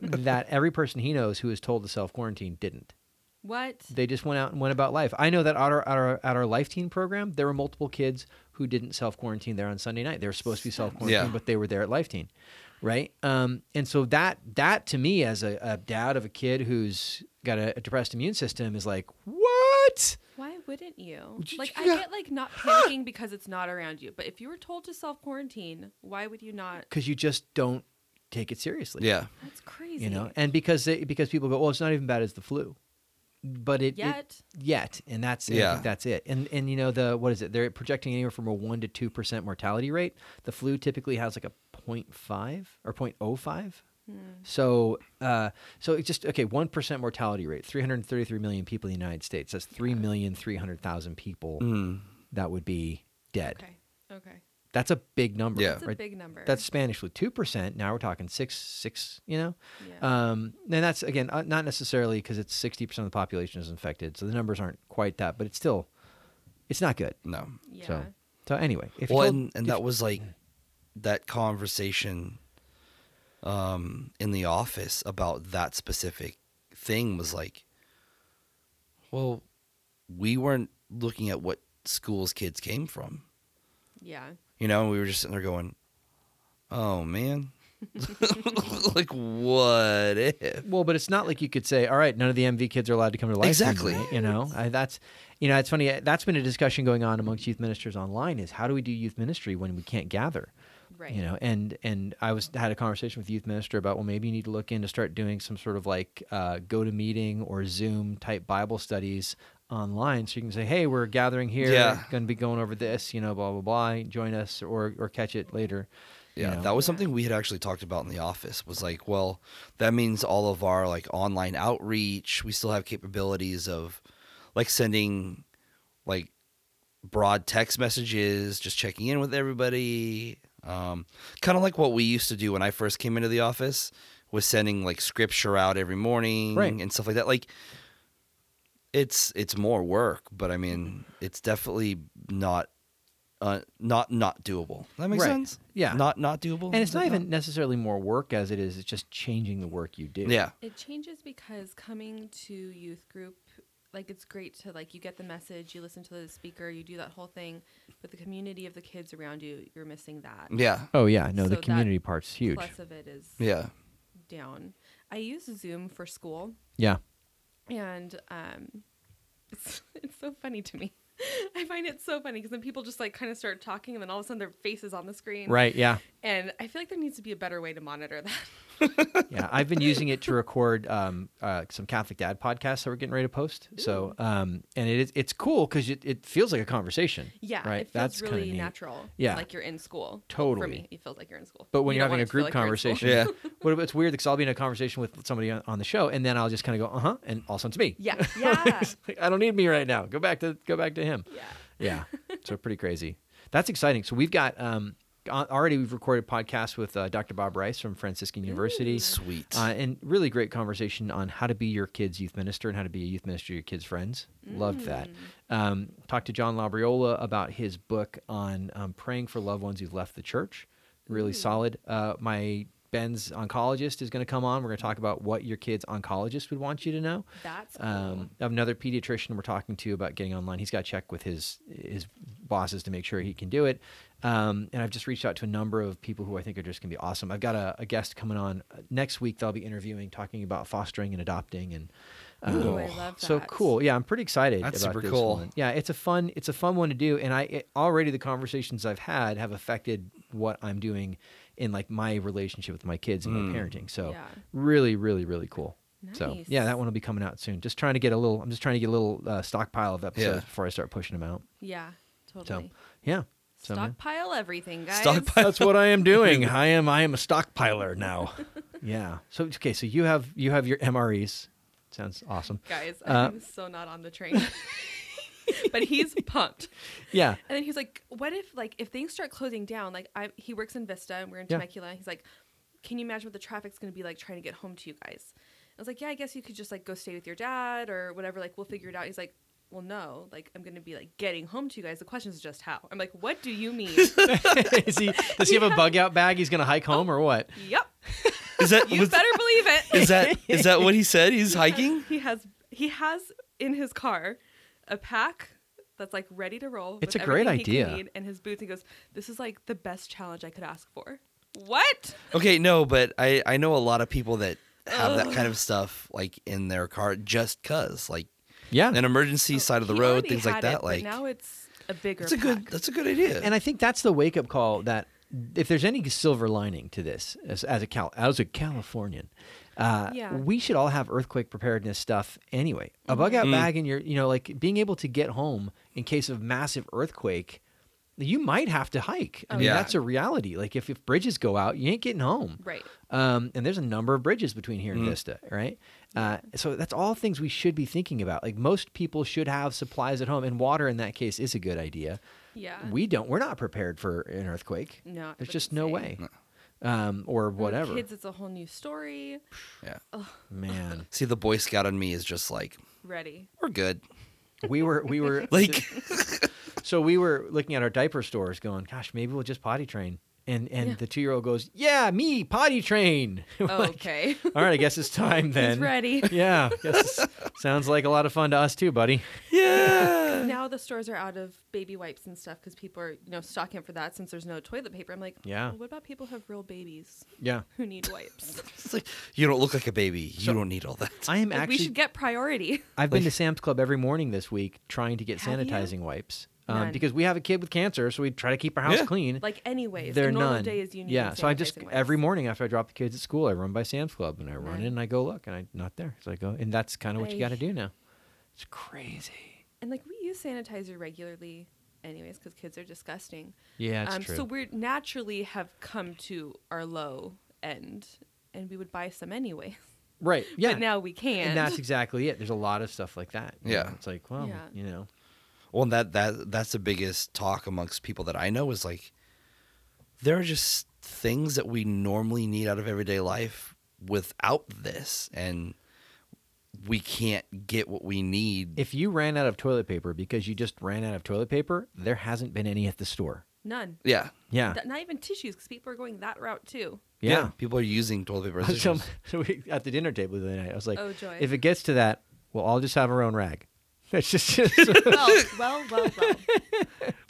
A: that every person he knows who is told to self quarantine didn't.
C: What?
A: They just went out and went about life. I know that at our, at our, at our life team program, there were multiple kids who didn't self quarantine there on Sunday night. They were supposed to be self quarantined,
B: Yeah.
A: but they were there at life team, right? Um, and so that that to me, as a, a dad of a kid who's got a, a depressed immune system, is like what?
C: Why wouldn't you?
A: Would you-
C: Like, I
A: yeah.
C: get
A: <gasps>
C: like not panicking because it's not around you, but if you were told to self quarantine, why would you not?
A: Because you just don't take it seriously.
B: Yeah.
C: That's crazy.
A: Oh, you know, and because they, because people go, well, it's not even bad as the flu, but it, it
C: yet
A: yet, and that's and I
B: Yeah.
A: think that's it. And and you know the what is it? They're projecting anywhere from a one to two percent mortality rate. The flu typically has like a 0.5 or 0.05.
C: Hmm.
A: So uh, so it just okay, one percent mortality rate. Three hundred thirty-three million people in the United States. That's three million three hundred thousand people
B: Mm.
A: that would be dead.
C: okay, okay,
A: That's a big number.
B: Yeah.
C: that's a
A: right?
C: big number.
A: That's Spanish flu. Two percent. Now we're talking six six. You know.
C: yeah.
A: Um, and that's again uh, not necessarily because it's sixty percent of the population is infected, so the numbers aren't quite that, but it's still, it's not good.
B: No.
C: yeah.
A: So, so anyway, if you
B: well,
A: told-
B: and, and
A: if-
B: that was like that conversation um, in the office about that specific thing was like, well, we weren't looking at what schools kids came from,
C: yeah,
B: you know, and we were just sitting there going, oh man, <laughs> like what if?
A: well, but it's not like you could say, all right, none of the MV kids are allowed to come to life.
B: Exactly.
A: You know, I, that's you know, it's funny. uh, That's been a discussion going on amongst youth ministers online: is how do we do youth ministry when we can't gather?
C: right.
A: You know, and and I was had a conversation with the youth minister about well, maybe you need to look into start doing some sort of like uh, go to meeting or Zoom type Bible studies online, so you can say, hey, we're gathering here,
B: Yeah.
A: going to be going over this, you know, blah blah blah, join us or or catch it later. you
B: Yeah,
A: know.
B: that was
C: Yeah.
B: something we had actually talked about in the office. Was like, well, that means all of our like online outreach, we still have capabilities of like sending like broad text messages, just checking in with everybody. Um, kind of like what we used to do when I first came into the office was sending like scripture out every morning
A: Right.
B: and stuff like that. Like it's it's more work, but I mean, it's definitely not uh, not not doable. That makes
A: Right.
B: sense.
A: Yeah.
B: Not not doable.
A: And it's
B: Is it
A: not even necessarily more work as it is; it's just changing the work you do.
B: Yeah.
C: It changes because coming to youth group, like it's great to like you get the message, you listen to the speaker, you do that whole thing, but the community of the kids around you, you're missing that.
B: Yeah.
A: Oh yeah, no,
C: So
A: the
C: that
A: community part's huge.
C: Plus of it is
B: Yeah.
C: down. I use Zoom for school,
A: Yeah,
C: and um, it's <laughs> it's so funny to me. <laughs> I find it so funny because then people just like kind of start talking, and then all of a sudden their face is on the screen.
A: right. Yeah,
C: And I feel like there needs to be a better way to monitor that. <laughs>
A: yeah. I've been using it to record um, uh, some Catholic Dad podcasts that we're getting ready to post. So, um, and it is it's cool because it, it feels like a conversation.
C: Yeah,
A: right.
C: it feels
A: That's kinda
C: really
A: neat.
C: natural.
A: Yeah.
C: like you're in school.
A: Totally.
C: For me, it feels like you're in school.
A: But when
C: You
A: you're
C: don't want
A: having
C: it
A: a
C: to feel
A: group
C: like you're in school.
A: conversation,
B: Yeah.
A: <laughs> what, it's weird because I'll be in a conversation with somebody on, on the show, and then I'll just kind of go, uh huh, and all of a sudden it's me.
C: Yeah, <laughs> yeah,
A: <laughs> Like, I don't need me right now. Go back to go back to him. <laughs>
C: yeah.
A: Yeah. so pretty crazy. That's exciting. So we've got um a- already we've recorded podcasts with uh, Dr. Bob Rice from Franciscan University.
B: Sweet.
A: Uh, and really great conversation on how to be your kid's youth minister and how to be a youth minister to your kids' friends. Loved that. Um, talked to John Labriola about his book on um, praying for loved ones who've left the church. really solid. Uh, my Ben's oncologist is going to come on. We're going to talk about what your kid's oncologist would want you to know.
C: That's cool.
A: Um, another pediatrician we're talking to about getting online. He's got to check with his his bosses to make sure he can do it. Um, and I've just reached out to a number of people who I think are just going to be awesome. I've got a, a guest coming on uh, next week. They'll be interviewing, talking about fostering and adopting, and um,
C: Ooh, I
B: Oh,
C: love that.
A: so cool. Yeah, I'm pretty excited.
B: That's
A: about
B: super
A: this
B: cool.
A: One. Yeah, it's a fun it's a fun one to do, and I it, already the conversations I've had have affected what I'm doing in like my relationship with my kids and
B: Hmm.
A: my parenting. So
C: Yeah.
A: really, really, really cool. So
C: Nice.
A: yeah, that one will be coming out soon. Just trying to get a little. I'm just trying to get a little uh, stockpile of episodes
B: Yeah.
A: before I start pushing them out.
C: Yeah,
A: So
C: totally.
A: yeah, so, man,
C: <laughs> Stockpile everything, guys.
B: Stockpile.
A: that's what I am doing. I am I am a stockpiler now. yeah. So okay, so you have you have your MREs. Sounds awesome.
C: Guys, <laughs>
A: Uh,
C: I'm so not on the train. <laughs> but he's pumped.
A: Yeah. <laughs>
C: And then he's like, "What if like if things start closing down? Like I he works in Vista and we're in
A: Yeah.
C: Temecula. He's like, can you imagine what the traffic's going to be like trying to get home to you guys? I was like, yeah, I guess you could just like go stay with your dad or whatever. Like we'll figure it out. He's like. Well, no. Like, I'm gonna be like getting home to you guys. The question is just how. I'm like, what do
A: <laughs>
C: you mean?
A: is he, does he have a bug out bag? He's gonna hike home or what?
C: yep.
A: <laughs>
B: Is that
C: <laughs> You
B: was-
C: better believe it.
B: is that is that what he said? He's hiking.
C: <laughs> He has he has in his car a pack that's like ready to roll.
A: It's
C: with
A: a great
C: everything he can
A: idea.
C: need and his boots. He goes, "This is like the best challenge I could ask for." What?
B: Okay, no, but I I know a lot of people that have that kind of stuff like in their car just cuz like
A: Yeah.
B: <laughs> an emergency side of the
C: He
B: road
C: already
B: things like
C: had
B: that
C: it, but
B: like
C: now it's a bigger.
B: that's a good
C: pack.
B: that's a good idea.
A: and I think that's the wake up call that if there's any silver lining to this as, as a Cal, as a Californian, uh,
C: Yeah.
A: we should all have earthquake preparedness stuff anyway. A
C: Mm-hmm.
A: bug
B: Mm.
A: out bag in your, you know, like being able to get home in case of massive earthquake, you might have to hike. I
C: Oh,
A: mean,
B: yeah.
A: that's a reality. Like if, if bridges go out, you ain't getting home.
C: Right.
A: Um, and there's a number of bridges between here and
B: Mm.
A: Vista, right? Uh, so that's all things we should be thinking about. Like most people should have supplies at home, and water in that case is a good idea.
C: Yeah.
A: We don't. We're not prepared for an earthquake.
C: No, I
A: There's just
C: wouldn't
A: no
C: say.
A: way. Um, or
C: And with
A: whatever.
C: Kids, it's a whole new story.
B: yeah.
A: Man,
B: See the boy scout in me is just like
C: Ready.
B: we're good.
A: we were
C: <laughs>
A: we were
B: Like
A: so we were looking at our diaper stores, going, "Gosh, maybe we'll just potty train." And and
C: Yeah.
A: the two year old goes, "Yeah, me potty train." <laughs> We're <laughs> like,
C: okay. <laughs>
A: All right, I guess it's time then.
B: <laughs>
C: He's ready.
A: <laughs> Yeah, guess it's- sounds like a lot of fun to us too, buddy.
B: <laughs> <laughs> yeah.
C: now the stores are out of baby wipes and stuff because people are you know stocking up for that since there's no toilet paper. I'm like,
A: Yeah.
C: well, what about people who have real babies
A: Yeah,
C: who need
A: <laughs>
C: wipes?
B: It's like you don't look like a baby. You
A: So-
B: don't need all that.
A: I am
C: Like,
A: actually.
C: we should
A: <laughs>
C: get priority.
A: I've been to Sam's Club every morning this week trying to get
C: Have you?
A: sanitizing wipes um,
C: None.
A: because we have a kid with cancer, so we try to keep our house
B: Yeah.
A: clean.
C: Like anyways,
A: They're
C: a normal
A: none.
C: day is you need
A: yeah, so I just
C: sanitizing wipes.
A: every morning after I drop the kids at school, I run by Sam's Club and I run
C: None.
A: in and I go look and I'm not there. So I go, and that's kind of what you got to
C: I-
A: do now. It's crazy.
C: and like we use sanitizer regularly, anyways, because kids are disgusting.
A: Yeah, it's
C: um,
A: true.
C: So we are naturally have come to our low end, and we would buy some anyway. <laughs>
A: right. Yeah.
C: but now we can't.
A: and that's exactly it. There's a lot of stuff like that. you
B: Yeah.
A: know? It's like, well,
C: Yeah.
A: you know,
B: Well, and that that that's the biggest talk amongst people that I know is like there are just things that we normally need out of everyday life without this, and we can't get what we need.
A: if you ran out of toilet paper because you just ran out of toilet paper, there hasn't been any at the store.
C: none.
B: yeah.
A: Yeah.
C: Th- not even tissues, because people are going that route
A: <laughs>
C: too.
A: yeah.
B: people are using toilet paper. as
A: <laughs> so,
B: tissues.
A: so we, at the dinner table the other night, I was like,
C: Oh, joy.
A: if it gets to that, we'll all just have our own rag. <laughs> That's just. <laughs>
C: <laughs>
A: just
C: well, well, well,
A: <laughs>
C: well.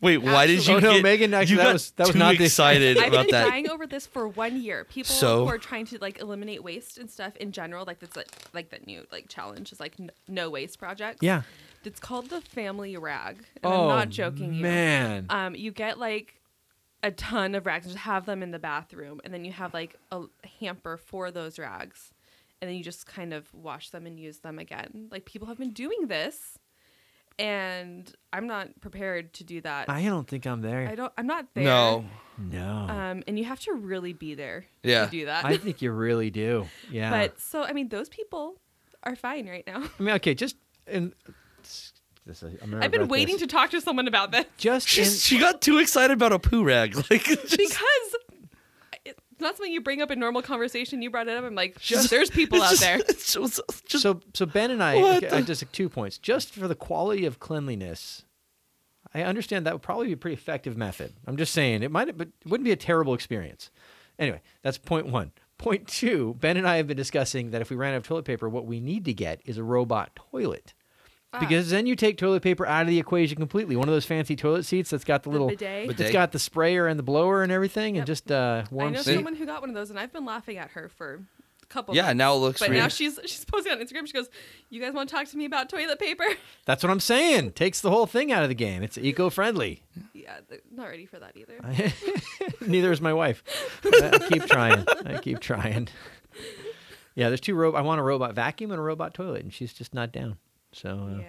B: Wait, why did you?
A: Oh, no,
B: get-
A: Megan, actually,
B: you
A: that
B: got
A: was- that was
B: too
A: not the- <laughs>
B: excited
C: I've
B: about
C: been
B: that.
C: dying over this for one year. People
B: So?
C: who are trying to like eliminate waste and stuff in general, like that's like, like that new like challenge is like n- no waste project.
A: yeah.
C: It's called the family rag. And
A: oh,
C: I'm not joking
A: man.
C: you. Um, you get like a ton of rags and just have them in the bathroom, and then you have like a hamper for those rags, and then you just kind of wash them and use them again. Like people have been doing this, and I'm not prepared to do that.
A: I don't think I'm there.
C: I don't. I'm not there.
B: No,
A: No.
C: Um, and you have to really be there
B: Yeah.
C: to do that.
A: I think you really
C: <laughs>
A: do. Yeah.
C: But so I mean, those people are fine right now.
A: I mean, okay, just and this, this- I'm gonna
C: I've been
A: regret
C: waiting
A: this.
C: to talk to someone about this <laughs>
A: just
B: she,
A: in,
B: she got too excited about a poo rag. <laughs> Like, just-
C: because it's not something you bring up in normal conversation. You brought it up. I'm like,
B: Just-
C: there's people out
B: just- <laughs>
C: there.
B: just- just-
A: so so Ben and I
B: What
A: okay, I
B: the-
A: just two points just for the quality of cleanliness. I understand that would probably be a pretty effective method. I'm just saying it might, but it wouldn't be a terrible experience. Anyway, that's point one. Point two, Ben and I have been discussing that if we ran out of toilet paper, what we need to get is a robot toilet.
C: Ah.
A: Because then you take toilet paper out of the equation completely. One of those fancy toilet seats that's got the,
C: The
A: little,
C: bidet.
A: it's
B: Bidet.
A: got the sprayer and the blower and everything,
C: Yep.
A: and just uh,
C: I
A: warm
C: know
A: seat.
C: someone who got one of those, and I've been laughing at her for a couple.
B: Yeah,
C: months.
B: now it looks
C: But
B: weird.
C: now she's she's posting on Instagram. She goes, "You guys want to talk to me about toilet paper?" <laughs>
A: That's what I'm saying. Takes the whole thing out of the game. It's eco-friendly.
C: yeah, they're not ready for that either.
A: <laughs> Neither is my wife. I I keep trying. I keep trying. Yeah, there's two robots. I want a robot vacuum and a robot toilet, and she's just not down. So, uh,
C: yeah.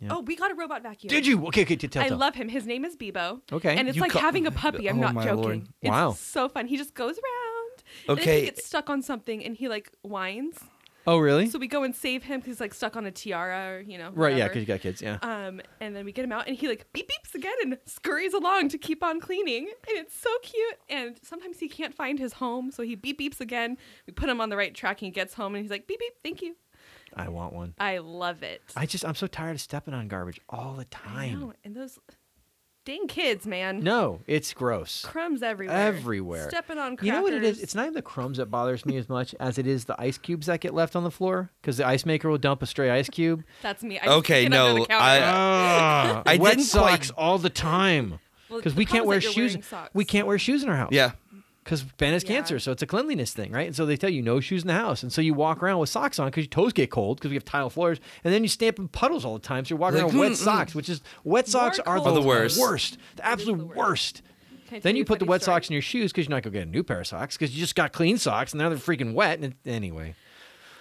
A: Yeah.
C: Oh, we got a robot vacuum.
A: did you? Okay, okay, t- tell,
C: I
A: tell.
C: love him. His name is Bebo.
A: Okay.
C: And it's
B: You
C: like
B: ca-
C: having a puppy. I'm
B: Oh,
C: not
B: my
C: joking.
B: Lord.
C: It's
A: Wow.
C: so fun. He just goes around. And then
B: Okay.
C: he gets stuck on something and he like whines.
A: oh, really?
C: So we go and save him because he's like stuck on a tiara or, you know.
A: right, yeah,
C: whatever.
A: because you got kids. Yeah.
C: Um, and then we get him out, and he like beep beeps again and scurries along to keep on cleaning, and it's so cute. And sometimes he can't find his home, so he beep beeps again. We put him on the right track, and he gets home, and he's like beep beep, thank you.
A: I want one.
C: I love it.
A: I just I'm so tired of stepping on garbage all the
C: I know,
A: time.
C: and those dang kids, man.
A: No, it's gross.
C: crumbs everywhere.
A: Everywhere.
C: Stepping on crackers.
A: You know what it is? It's not even the crumbs that bothers me as much as it is the ice cubes that get left on the floor because the ice maker will dump a stray ice cube.
C: that's me. I just
B: Okay,
C: get under the
B: no,
C: counter.
B: I-
A: Ah,
B: Uh, I
A: wet
B: didn't quite-
A: socks all the time
C: Well,
A: because
C: the
A: we can't
C: problem
A: wear
C: is that you're
A: shoes.
C: wearing socks.
A: We can't wear shoes in our house.
B: Yeah.
A: because Ben has
C: Yeah.
A: cancer, so it's a cleanliness thing, right? And so they tell you no shoes in the house, and so you walk around with socks on because your toes get cold because we have tile floors, and then you stamp in puddles all the time, so you're walking
B: Like,
A: around with
B: mm,
A: wet socks, which is wet socks are the,
C: cold.
B: Are the worst.
A: the absolute
C: the worst.
A: worst.
C: Can I tell
A: Then
C: you
A: you
C: a
A: put the
C: funny
A: wet
C: story?
A: socks in your shoes because you're not gonna get a new pair of socks because you just got clean socks and now they're freaking wet. And it, anyway,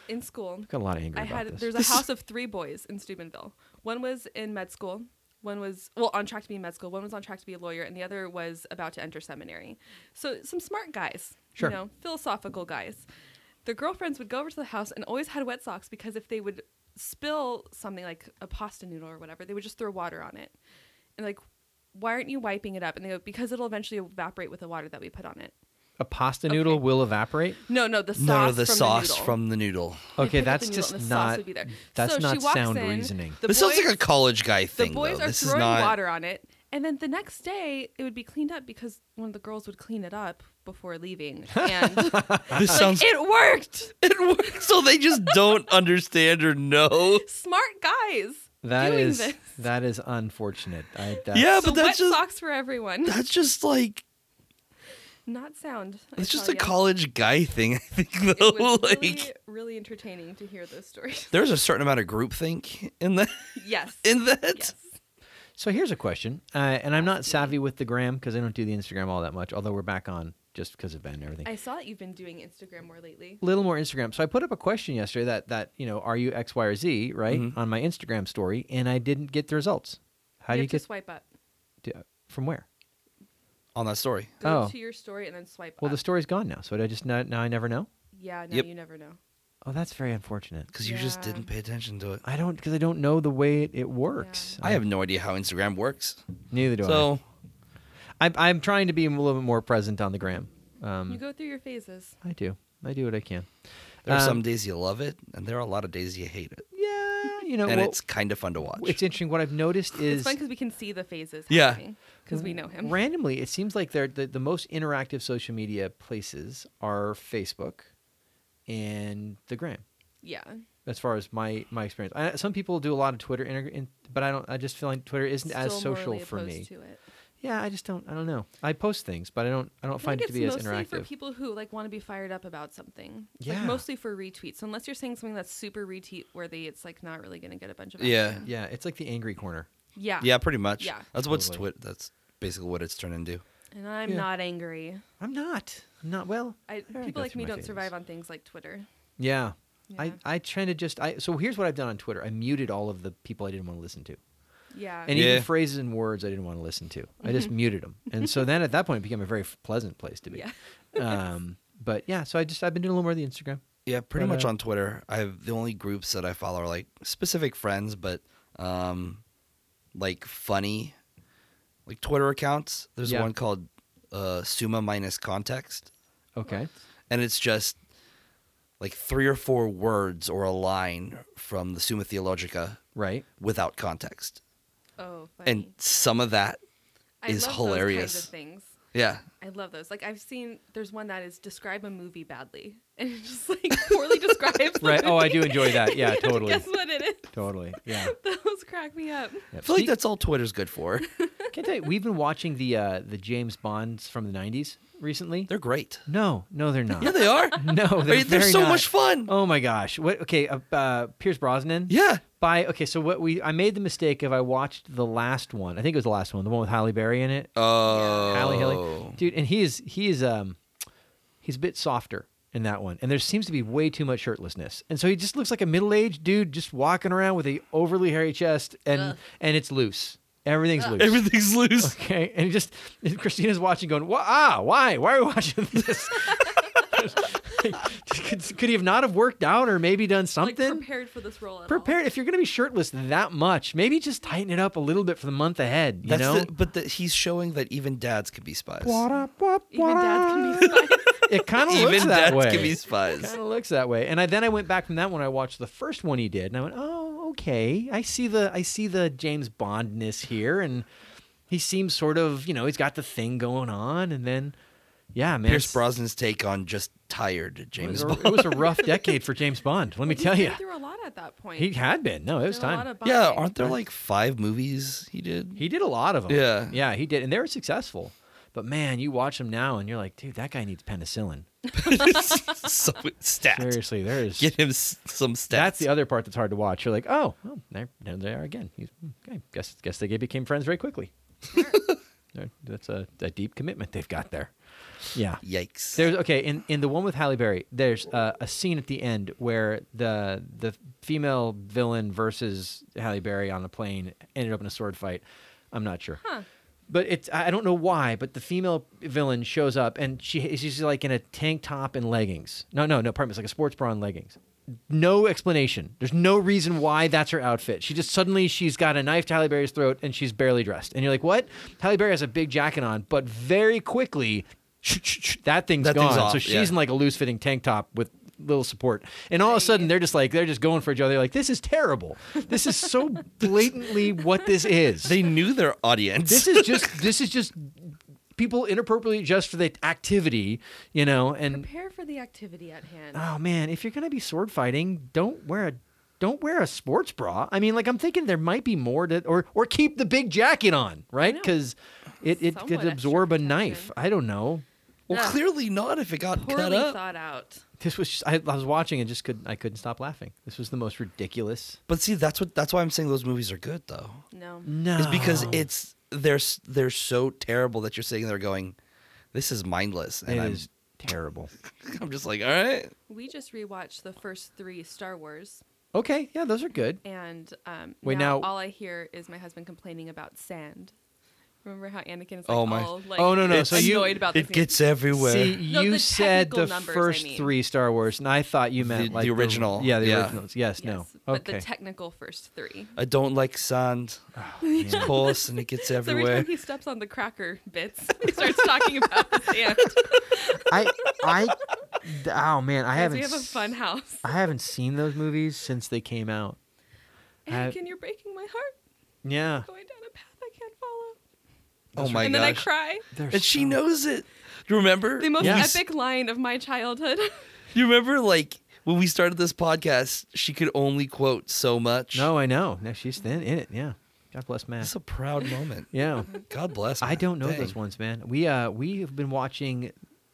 C: in school.
A: got a lot of anger
C: I
A: about
C: had
A: this.
C: there's a
B: <laughs>
C: house of three boys in Steubenville. One was in med school, one was well on track to be in med school, one was on track to be a lawyer, and the other was about to enter seminary. So some smart guys,
A: Sure.
C: you know, philosophical guys. Their girlfriends would go over to the house and always had wet socks because if they would spill something like a pasta noodle or whatever, they would just throw water on it. And like, why aren't you wiping it up? And they go, because it'll eventually evaporate with the water that we put on it.
A: a pasta noodle will evaporate.
C: No, no, the sauce.
B: No, no, the
C: from
B: sauce
C: the noodle.
B: from the noodle.
C: They'd
A: Okay,
C: pick up
A: that's
C: the noodle
A: just
C: and the sauce
A: not
C: would be there.
A: that's
C: So she
A: not
C: walks
A: sound
C: in,
A: reasoning.
C: the
B: this sounds like
C: boys-
B: a college guy
C: the
B: thing.
C: boys
B: though.
C: are
B: this
C: throwing
B: is not...
C: water on it and then the next day it would be cleaned up because one of the girls would clean it up
A: <laughs>
C: before leaving and like,
B: <laughs> This sounds.
C: it worked
B: <laughs> It works, so they just don't understand or know.
C: smart guys
A: That
C: doing
A: is
C: this
A: that is unfortunate. I, that's,
B: Yeah,
C: so
B: but that's
C: wet
B: just
C: socks for everyone
B: that's just like
C: <laughs> not sound I
B: it's just
C: tell
B: a
C: ya.
B: college guy thing. I think
C: it
B: though,
C: was
B: <laughs> like
C: really, really entertaining to hear those stories <laughs>
B: there's a certain amount of groupthink in that.
C: yes
B: In that,
C: yes
A: So here's a question, uh, and I'm not savvy with the gram because I don't do the Instagram all that much. Although we're back on just because of Ben and everything.
C: i saw that you've been doing instagram more lately
A: little more Instagram. So I put up a question yesterday that that you know, are you X, Y, or Z, right,
C: Mm-hmm.
B: Mhm.
A: on my Instagram story, and I didn't get the results. How
C: you
A: do you
C: have to
A: get
C: swipe up
A: to- from where?
B: on that story.
C: go
A: Oh.
C: to your story and then swipe
A: Well,
C: up
A: the story's gone now, so did I just now, now I never know.
C: yeah no
B: Yep.
C: you never know
A: Oh, that's very unfortunate.
B: because you just
C: Yeah.
B: didn't pay attention to it.
A: I don't because I don't know the way it, it works.
B: I have no idea how Instagram works.
A: neither do
B: So
A: I. I'm I'm trying to be a little bit more present on the gram. Um,
C: you go through your phases
A: I do. I do what I can.
B: there are
A: Um,
B: some days you love it, and there are a lot of days you hate it.
A: Yeah, you know,
B: And
A: well,
B: it's kind of fun to watch.
A: it's interesting. What I've noticed
C: It's
A: is
C: fun because we can see the phases.
B: Yeah.
C: Because we know him.
A: randomly it seems like they're the, the most interactive social media places are facebook and the gram
C: Yeah.
A: as far as my my experience I, some people do a lot of twitter inter- in, but i don't i just feel like twitter isn't as
C: Still
A: social
C: morally
A: for
C: opposed
A: me
C: To it.
A: yeah i just don't i don't know i post things but i don't i don't
C: I
A: find
C: think
A: it to
C: it's
A: be as
C: mostly for
A: interactive
C: people who like want to be fired up about something.
A: Yeah.
C: Like, mostly for retweets. So unless you're saying something that's super retweet worthy, it's like not really going to get a bunch of.
B: Yeah.
C: action.
A: yeah it's like the angry corner
C: Yeah.
B: yeah, pretty much.
C: Yeah.
B: That's what's
A: Totally.
B: Twit. That's basically what it's turned into.
C: And I'm
A: Yeah.
C: not angry.
A: i'm not i'm not well
C: I,
A: I go
C: people like
A: through
C: me
A: my
C: don't
A: phases.
C: survive on things like Twitter.
A: yeah I,
C: Yeah.
A: I tend to just I so here's what I've done on Twitter. I muted all of the people I didn't want to listen to.
C: yeah.
A: and
B: Yeah.
A: even phrases and words I didn't want to listen to. I just muted them, and so then at that point it became a very f- pleasant place to be.
C: Mm-hmm. Yeah. <laughs>
A: um, but yeah, so I just I've been doing a little more of the Instagram.
B: Yeah, pretty
A: But,
B: much
A: uh,
B: on Twitter. I have the only groups that I follow are like specific friends, but um, like funny, like Twitter accounts. There's
A: Yeah.
B: one called uh, Suma minus context,
A: Okay,
B: and it's just like three or four words or a line from the Summa Theologica
C: <laughs>
A: right.
B: without context.
C: Oh, funny.
B: and some of that
C: I
B: is
C: love Those kinds
B: hilarious.
C: of things.
B: yeah
C: I love those. Like I've seen, there's one that is describe a movie badly, <laughs> and it just like
A: <laughs>
C: poorly describes. the
A: Right. Oh, I
C: movie.
A: do enjoy that. Yeah, totally.
C: <laughs> Guess what it is? <laughs>
A: Totally. Yeah.
C: Those crack me up.
A: yeah.
B: i feel like that's all twitter's good for
A: <laughs>
B: <laughs>
A: Can't tell you, we've been watching the uh, the James Bonds from the '90s recently. <laughs>
B: they're great
A: no, no, they're not.
B: yeah they <laughs> are
A: no,
B: I
A: they're,
B: mean, they're
A: very
B: so
A: not.
B: much fun
A: Oh my gosh! What? Okay, uh, uh, Pierce Brosnan.
B: yeah
A: By okay, so what we I made the mistake of I watched the last one. I think it was the last one, the one with Halle Berry in it.
B: oh
A: Halle Haley, dude, and he is he is um he's a bit softer in that one, and there seems to be way too much shirtlessness, and so he just looks like a middle aged dude just walking around with a overly hairy chest, and
C: Ugh.
A: and it's loose. Everything's loose.
B: everything's loose
A: Okay, and just and Christina's watching, going, "Wha- "Ah, why? Why are we <laughs> watching this?" could, could he have not have worked out, or maybe done
C: Like,
A: something?
C: prepared for this role. At
A: Prepare if you're going to be shirtless that much, maybe just tighten it up a little bit for the month ahead. You
B: that's
A: know,
B: the, but the, he's showing that even dads can be spies
A: Wa-da-wa-wa.
C: All. Even dads can be <laughs> spies.
A: it kind of looks
B: even
A: that
B: dads
A: way.
B: can be spies
A: kind of looks that way. And I then I went back from that one. I watched the first one he did, and I went, "Oh, okay. I see the I see the James Bondness here, and he seems sort of you know he's got the thing going on." And then, yeah, man,
B: pierce
A: it's-
B: brosnan's take on just tired
A: It was,
B: james
A: a,
B: bond
A: it was a rough decade for James Bond. Let me
C: He's
A: tell
C: been
A: you,
C: through a lot at that point.
A: he had been. No, it was
C: Done a lot
A: time.
B: <laughs>
C: of
B: yeah
C: bonding.
B: aren't there like five movies he <laughs> did
A: He did a lot of them.
B: Yeah.
A: yeah, he did, and they were successful. But man, you watch him now, and you're like, dude, that guy needs penicillin.
B: so stats
A: Seriously, there is.
B: get him s- some stats
A: That's the other part that's hard to watch. You're like, oh, well, there, there they are again. He's, hmm, okay, guess guess they became friends very quickly. There- that's a, a deep commitment they've got there. Yeah.
B: Yikes.
A: There's okay in, in the one with Halle Berry. There's uh, a scene at the end where the the female villain versus Halle Berry on the plane ended up in a sword fight. I'm not sure,
C: Huh.
A: but it's I I don't know why. But the female villain shows up and she she's like in a tank top and leggings. No, no, no. Pardon me. It's like a sports bra and leggings. No explanation. There's no reason why that's her outfit. She just suddenly she's got a knife to Halle Berry's throat and she's barely dressed. And you're like, what? Halle Berry has a big jacket on, but very quickly. That thing's
B: That
A: gone.
B: thing's off,
A: so she's
B: yeah.
A: in like a loose fitting tank top with little support. And all of a sudden they're just like they're just going for each other. They're like, this is terrible. This is
B: <laughs>
A: so blatantly what this is.
B: they knew their audience.
A: this is just this is just people inappropriately adjust for the activity, you know, and
C: Prepare for the activity at hand.
A: oh man, if you're gonna be sword fighting, don't wear a don't wear a sports bra. I mean, like I'm thinking there might be more to or or keep the big jacket on, right?
C: know.
A: Because it, it could
C: Somewhat
A: absorb a
C: extra
A: knife. I don't know.
B: well,
C: Yeah.
B: clearly not if it got cut
C: Poorly
B: up.
C: thought out.
A: This was just, I, I was watching and just could I couldn't stop laughing. This was the most ridiculous.
B: But see, that's what that's why I'm saying those movies are good though.
C: No.
A: No,
B: Is
C: Oh.
B: because it's they're s- they're so terrible that you're sitting there going, "This is mindless," and
A: It
B: I'm
A: is terrible.
B: <laughs> I'm just like, "All right."
C: We just rewatched the first three Star Wars,
A: Okay, yeah, those are good.
C: and um,
A: Wait,
C: now,
A: now-
C: all I hear is my husband complaining about sand. Remember how Anakin is like,
B: Oh, my-
C: all like,
A: Oh, no, no,
C: <laughs>
A: so you-
C: annoyed about
B: It
C: this
B: gets
C: movie.
B: everywhere.
A: See,
C: No,
A: you
C: the
A: said the
C: technical numbers, I
A: first
C: mean.
A: three Star Wars, and I thought you meant
B: The-
A: like
B: the original,
A: yeah, the
B: yeah.
A: originals. Yes,
C: Yes,
A: no.
C: But
A: okay. Uh,
C: the technical first three.
B: I don't like sand.
C: <laughs>
B: it's coarse and it gets
C: So every
B: everywhere.
C: time he steps on the cracker bits, <laughs> he starts talking about
A: <laughs>
C: the sand.
A: I, I, oh man, I haven't.
C: we have a
A: s-
C: fun house.
A: I haven't seen those movies since they came out. I-
C: Anakin, you're breaking my heart.
A: Yeah,
C: Going down a path I can't follow.
B: oh my
C: and
B: gosh!
C: then I cry.
A: They're
B: And she
A: so-
B: knows it. Do you remember?
C: The most
A: Yes.
C: epic line of my childhood.
B: you remember like when we started this podcast, she could only quote so much.
A: No, I know. No, she's in, in it. Yeah. God bless Matt.
B: That's a proud moment.
A: yeah.
B: God bless.
A: I
B: man.
A: don't know those
B: Dang.
A: ones, man. We uh we have been watching.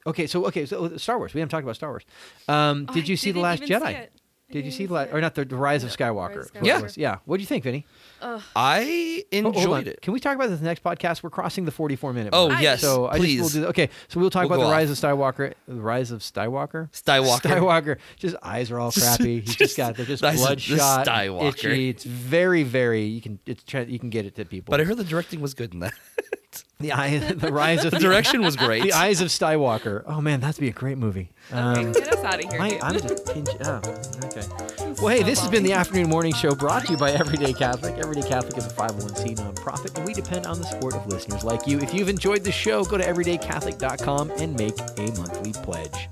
A: Okay, so okay, so oh, Star Wars. We haven't talked about Star Wars. Um,
C: Oh,
A: did
C: <laughs> I
A: you see the
C: didn't
A: Last
C: even see
A: Jedi?
C: it. I
A: Did you
C: didn't
A: see the
C: even
A: la-
C: it.
A: or not the, the Rise of Skywalker?
C: Rise
A: is
C: of
A: what it
B: Skywalker.
A: was. yeah. What do you think, Vinny?
C: Ugh.
B: I
A: Oh, hold on.
B: enjoyed it.
A: Can we talk about this next podcast? We're crossing the forty-four minute.
B: Oh,
A: mark.
B: yes,
A: So I just
B: please.
A: will do. Okay, so we'll talk
B: We'll
A: about the
B: go
A: Rise of Skywalker. The Rise of Skywalker.
B: Skywalker.
A: Skywalker. Just eyes are all
B: <laughs>
A: crappy. He's just
B: Just-
A: got they're just
B: Rise of the
A: bloodshot,
B: Skywalker.
A: itchy. It's very, very. You can it's tra- you can get it to people.
B: But I heard the directing was good in
A: <laughs>
B: that.
A: the eye, <laughs> the
B: <laughs>
A: Rise of
B: the direction was great.
A: The Eyes of Skywalker. Oh man, that'd be a great movie. Um,
C: okay, get us out of here.
A: my,
C: dude.
A: I'm just pinch. Oh, okay. Well, hey, this has been the Afternoon Morning Show brought to you by Everyday Catholic. Everyday Catholic is a 501c nonprofit, and we depend on the support of listeners like you. If you've enjoyed the show, go to everydaycatholic.com and make a monthly pledge.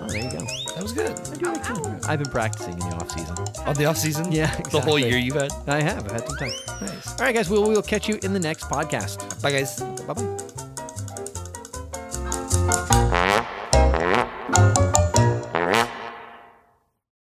A: I'm There you go.
B: That was good.
A: I do like to- I've been practicing in the off season.
B: On the off season?
A: Yeah,
B: The whole
A: exactly.
B: year you've had.
A: I have. I've had some time.
B: Nice.
A: All right, guys. We'll, we'll catch you in the next podcast.
B: Bye guys.
A: Bye bye.